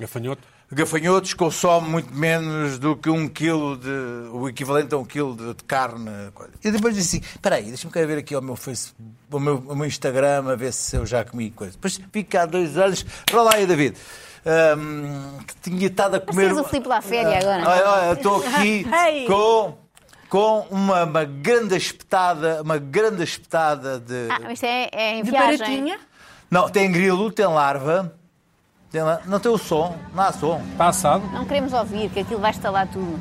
S1: Gafanhoto.
S5: Gafanhotos consomem muito menos do que um quilo de. o equivalente a um quilo de, de carne. coisa. E depois disse assim: espera aí, deixa-me cá ver aqui ao meu Facebook, ao meu, ao meu Instagram, a ver se eu já comi coisa. Depois fica há dois anos, olha lá aí, David, ahm, que tinha estado a comer.
S4: Vocês o Filipe lá à féria agora.
S5: Olha, olha, eu estou aqui
S3: Ei.
S5: com, com uma, uma grande espetada, uma grande espetada de.
S4: Ah, isto é, é em
S3: De
S4: viagem.
S3: baratinha?
S5: Não, tem grilo, tem larva, tem la- não tem o som, não há som.
S1: Está assado?
S4: Não queremos ouvir, que aquilo vai estalar tudo.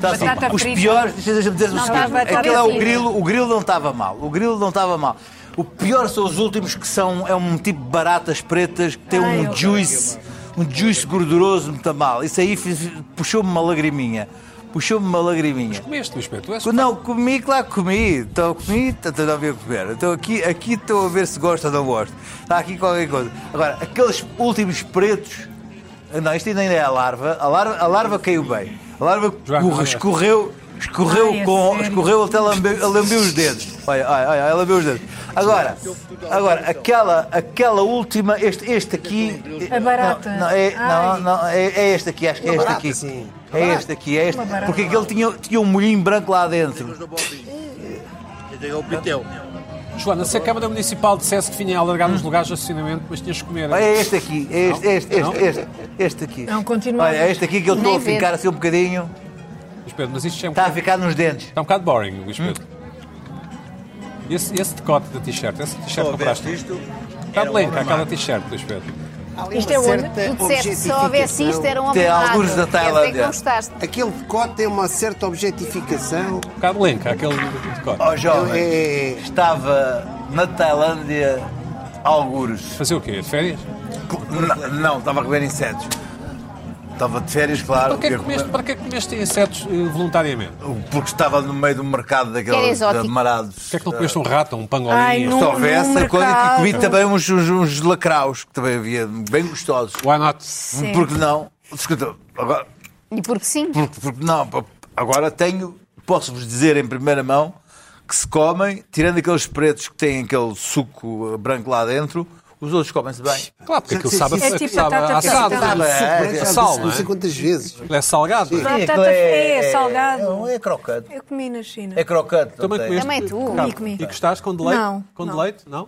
S5: Tá assim,
S3: Batata
S5: os
S3: frita.
S5: piores, deixa-me dizer o
S4: Não,
S5: seguinte,
S3: batata
S5: aquele é o
S4: frita.
S5: grilo, o grilo não estava mal, o grilo não estava mal. O pior são os últimos que são, é um tipo de baratas pretas que tem
S3: Ai,
S5: um
S3: eu-
S5: juice, um juice gorduroso muito mal. Isso aí fiz- puxou-me uma lagriminha, puxou-me uma lagriminha.
S1: Comeste, Luís Pedro. Tu és...
S5: Não, comi, claro que comi. Estou a comer, estou a ver comer. Estou aqui, aqui estou a ver se gosto ou não gosto. Está aqui qualquer coisa. Agora, aqueles últimos pretos. Ah, Não, isto ainda é a larva. A larva, a larva caiu bem. A larva
S1: João,
S5: escorre-
S1: olha.
S5: escorreu, escorreu,
S3: Ai, é
S5: com,
S3: sério?
S5: escorreu até lambeu, a lambeu os dedos. Olha, olha, olha, ela lambeu os dedos. Agora, agora aquela, aquela última, este, este aqui.
S3: A barata.
S5: Não, não, é, não,
S3: Ai.
S5: não, é, é este aqui, acho que é este
S2: barata,
S5: aqui.
S2: sim.
S5: É este aqui, é este.
S3: Uma barata.
S5: Porque aquele tinha, tinha um molhinho branco lá dentro.
S1: Joana, se a Câmara Municipal dissesse que vinha alargar
S5: Hum.
S1: nos lugares de estacionamento, mas tinhas que comer.
S5: Olha, É este aqui, é este,
S1: Não?
S5: este,
S1: Não?
S5: este, este, este aqui.
S3: Não, continua.
S5: Olha, é este aqui que eu estou a
S4: Nem ver.
S5: ficar assim um bocadinho.
S1: Luís Pedro, mas isto é um
S5: Está a
S1: bocado-
S5: ficar nos dentes.
S1: está um bocado boring, Luís
S5: Hum.
S1: Pedro. Esse, esse decote da t-shirt, esse t-shirt que compraste. Está
S5: é
S1: tá, blanca aquela t-shirt, Luís Pedro.
S3: Isto é onde?
S4: Tu disseste que se houvesse isto era um homem
S5: Tem
S4: magro.
S5: alguns da
S4: Quer dizer
S5: Tailândia.
S4: que não gostaste.
S2: Aquele decote tem uma certa objetificação.
S1: Um bocado blanca aquele decote.
S5: Ó jovem,
S2: É- é-
S5: estava na Tailândia algures.
S1: Fazer o quê? Férias?
S5: Não, Não, estava a comer insetos. Estava de férias, claro.
S1: Para que é que comeste, para que é que comeste insetos eh, voluntariamente?
S5: Porque estava no meio do mercado
S4: Que era
S5: daqueles
S4: exótico.
S5: amarados.
S1: Por que é que não comeste um rato ou um
S3: Ai,
S1: pangolinho?
S3: não.
S5: Se
S3: Num-
S5: houvesse,
S3: num
S5: a coisa que comi
S3: mercado.
S5: também uns, uns, uns lacraus, que também havia bem gostosos.
S1: Why not?
S3: Sim.
S5: Porque não? Escuta, agora,
S4: E porque sim.
S5: porque, porque não, agora tenho, posso-vos dizer em primeira mão que se comem, tirando aqueles pretos que têm aquele suco eh, branco lá dentro, os outros comem-se bem.
S1: Claro, porque aquilo sabe,
S3: É tipo
S1: sabe
S3: batata
S1: assado.
S3: frita.
S1: Aquilo
S2: é,
S1: é
S2: sal,
S1: sal, não
S2: não sei
S1: é?
S2: quantas vezes.
S1: Aquilo é salgado. não é?
S3: Batata
S5: Aquilo
S3: fria, salgado.
S5: Não, é crocante.
S3: Eu comi na China.
S5: É crocante. não
S1: Também
S5: tem.
S1: comeste?
S4: Também tu.
S1: Ricardo,
S3: Comi, comi.
S1: E gostaste com de leite?
S3: é Não,
S1: Com de
S3: não.
S1: leite? Não?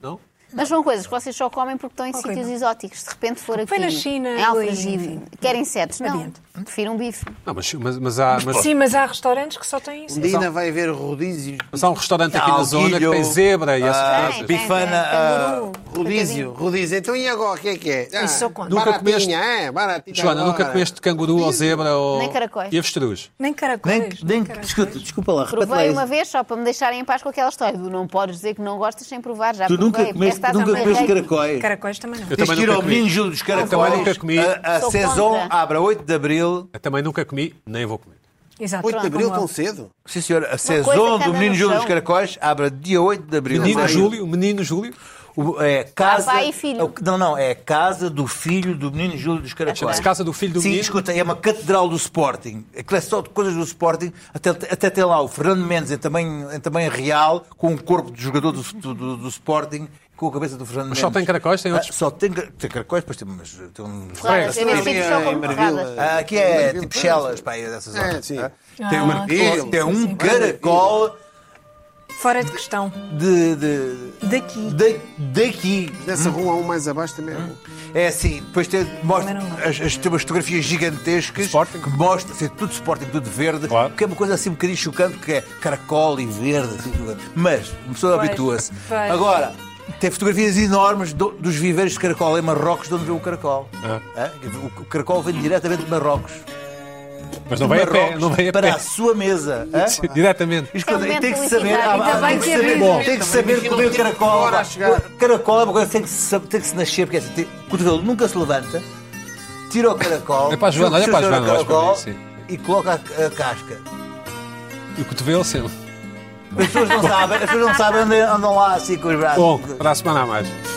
S3: Não.
S4: Mas são coisas que vocês só comem porque estão em
S3: Horrível.
S4: sítios exóticos. De repente for aqui.
S3: Foi na China,
S4: Em
S3: Luís.
S4: Alfragide. Querem insetos? Não.
S3: Adiante.
S4: Prefiro um bife.
S1: Não, mas, mas, mas há, mas,
S3: Sim, mas há restaurantes que só têm isso.
S2: Um dia ainda vai haver rodízio.
S1: mas há um restaurante
S3: Ah,
S1: aqui na
S5: Alguilho,
S1: zona que tem zebra e essas
S5: ah,
S1: coisas.
S5: bife. bifana, ah,
S2: Rodízio, rodízio. Então e agora? O que é que é? Ah,
S3: Isso só conta.
S1: Nunca
S2: baratinha,
S1: comeste-
S2: é, baratinha
S1: Joana,
S2: agora.
S3: Ah.
S1: nunca comeste canguru ou zebra ou...
S4: Nem caracóis.
S1: E avestruz.
S3: Nem caracóis.
S5: Nem, nem,
S3: caracóis.
S5: escuta, desculpa lá, repete lá
S4: Provei
S5: isso.
S4: uma vez só para me deixarem em paz com aquela história do não podes dizer que não gostas sem provar. Já
S5: Tu
S4: provei.
S5: nunca
S4: Parece que
S5: comeste,
S4: estás a
S3: é
S5: nunca
S4: comer
S5: comeste
S4: rei.
S5: caracóis.
S3: Caracóis também não.
S1: Eu
S5: Tens
S1: também
S5: que ir
S1: nunca
S5: ao
S1: comi.
S5: Ninho Júlio dos Caracóis.
S1: Também nunca comi.
S5: A, a
S4: Sou
S5: Saison
S4: contra.
S5: abre a 8 de Abril.
S1: Eu também nunca comi, nem vou comer.
S2: 8 de abril tão
S3: estão
S2: cedo?
S5: Sim, senhora. A
S4: coisa que
S5: Saison
S4: anda
S5: do Menino
S4: no
S5: Júlio
S4: chão.
S5: dos Caracóis abre dia 8 de Abril.
S1: Menino
S5: Vai.
S1: Júlio, menino Júlio,
S5: O- é casa,
S4: Papai e filho.
S5: é o- não, não. É a casa do filho do Menino Júlio dos Caracóis.
S4: é.
S1: Chama-se Casa do Filho do
S5: Sim,
S1: Menino?
S5: escuta, é uma catedral do Sporting. Aquilo é só de coisas do Sporting. Até, até tem lá o Fernando Mendes em tamanho, em tamanho real, com o corpo de jogador do, do, do- do Sporting, com a cabeça do Fernando
S1: Mas
S5: Mendes.
S1: só tem caracóis? Tem outros?
S5: Ah, Só tem, car- tem caracóis, depois tem, mas tem um...
S4: Claro,
S1: Sim,
S4: eu nem
S2: sim,
S4: sei que
S2: sim,
S4: só
S2: é
S4: como
S2: maravilha.
S4: torradas.
S5: Ah, Aqui
S1: um
S5: é tipo chelas, pá, é dessas
S2: É,
S5: horas.
S2: sim.
S5: Tem, um uma-
S3: Ah,
S5: tem
S2: sim,
S5: um
S3: sim,
S5: caracol
S3: Fora de questão.
S5: de, de-
S3: Daqui.
S5: de- daqui.
S2: Dessa rua, há um mais abaixo também é bom.
S5: É assim, depois tem, mostra
S3: Também não gosto.
S5: as, as, tem umas fotografias gigantescas
S1: Sporting.
S5: que mostram assim, tudo Sporting, tudo verde,
S1: Claro.
S5: porque é uma coisa assim um bocadinho chocante, porque é caracol e verde, assim, tudo. mas uma pessoa
S3: Pois,
S5: habitua-se.
S3: pois.
S5: Agora, tem fotografias enormes do- dos viveiros de caracol em Marrocos, de onde vem o caracol.
S1: Ah.
S5: Hã? O, o caracol vem diretamente de Marrocos.
S1: Mas não
S5: De
S1: vem a pé,
S5: Marrocos
S1: não vem a
S5: para
S1: pé.
S5: a sua mesa. ah? Hã?
S1: Diretamente.
S5: Isto quer dizer,
S4: É um
S5: tem que
S4: momento
S5: saber,
S4: felicidade,
S5: há-
S3: ainda
S5: há- tem
S3: bem
S5: que
S3: que é
S5: saber,
S3: bom.
S5: tem que
S2: Também
S5: saber
S2: que
S5: comer
S2: não
S5: o
S2: tive
S5: caracol.
S2: hora a chegar.
S5: O caracol é uma coisa que tem que se, tem que se nascer, porque é assim, tem- o cotovelo nunca se levanta, tira o caracol,
S1: É para a Joana, olha
S5: chuta
S1: para a
S5: o
S1: Joana, olha para
S5: caracol
S1: mim, sim.
S5: e coloca a, a casca.
S1: E o cotovelo sempre.
S5: As pessoas não sabem, as pessoas não sabem, andam, andam lá assim com os braços.
S1: Bom, para a semana a mais.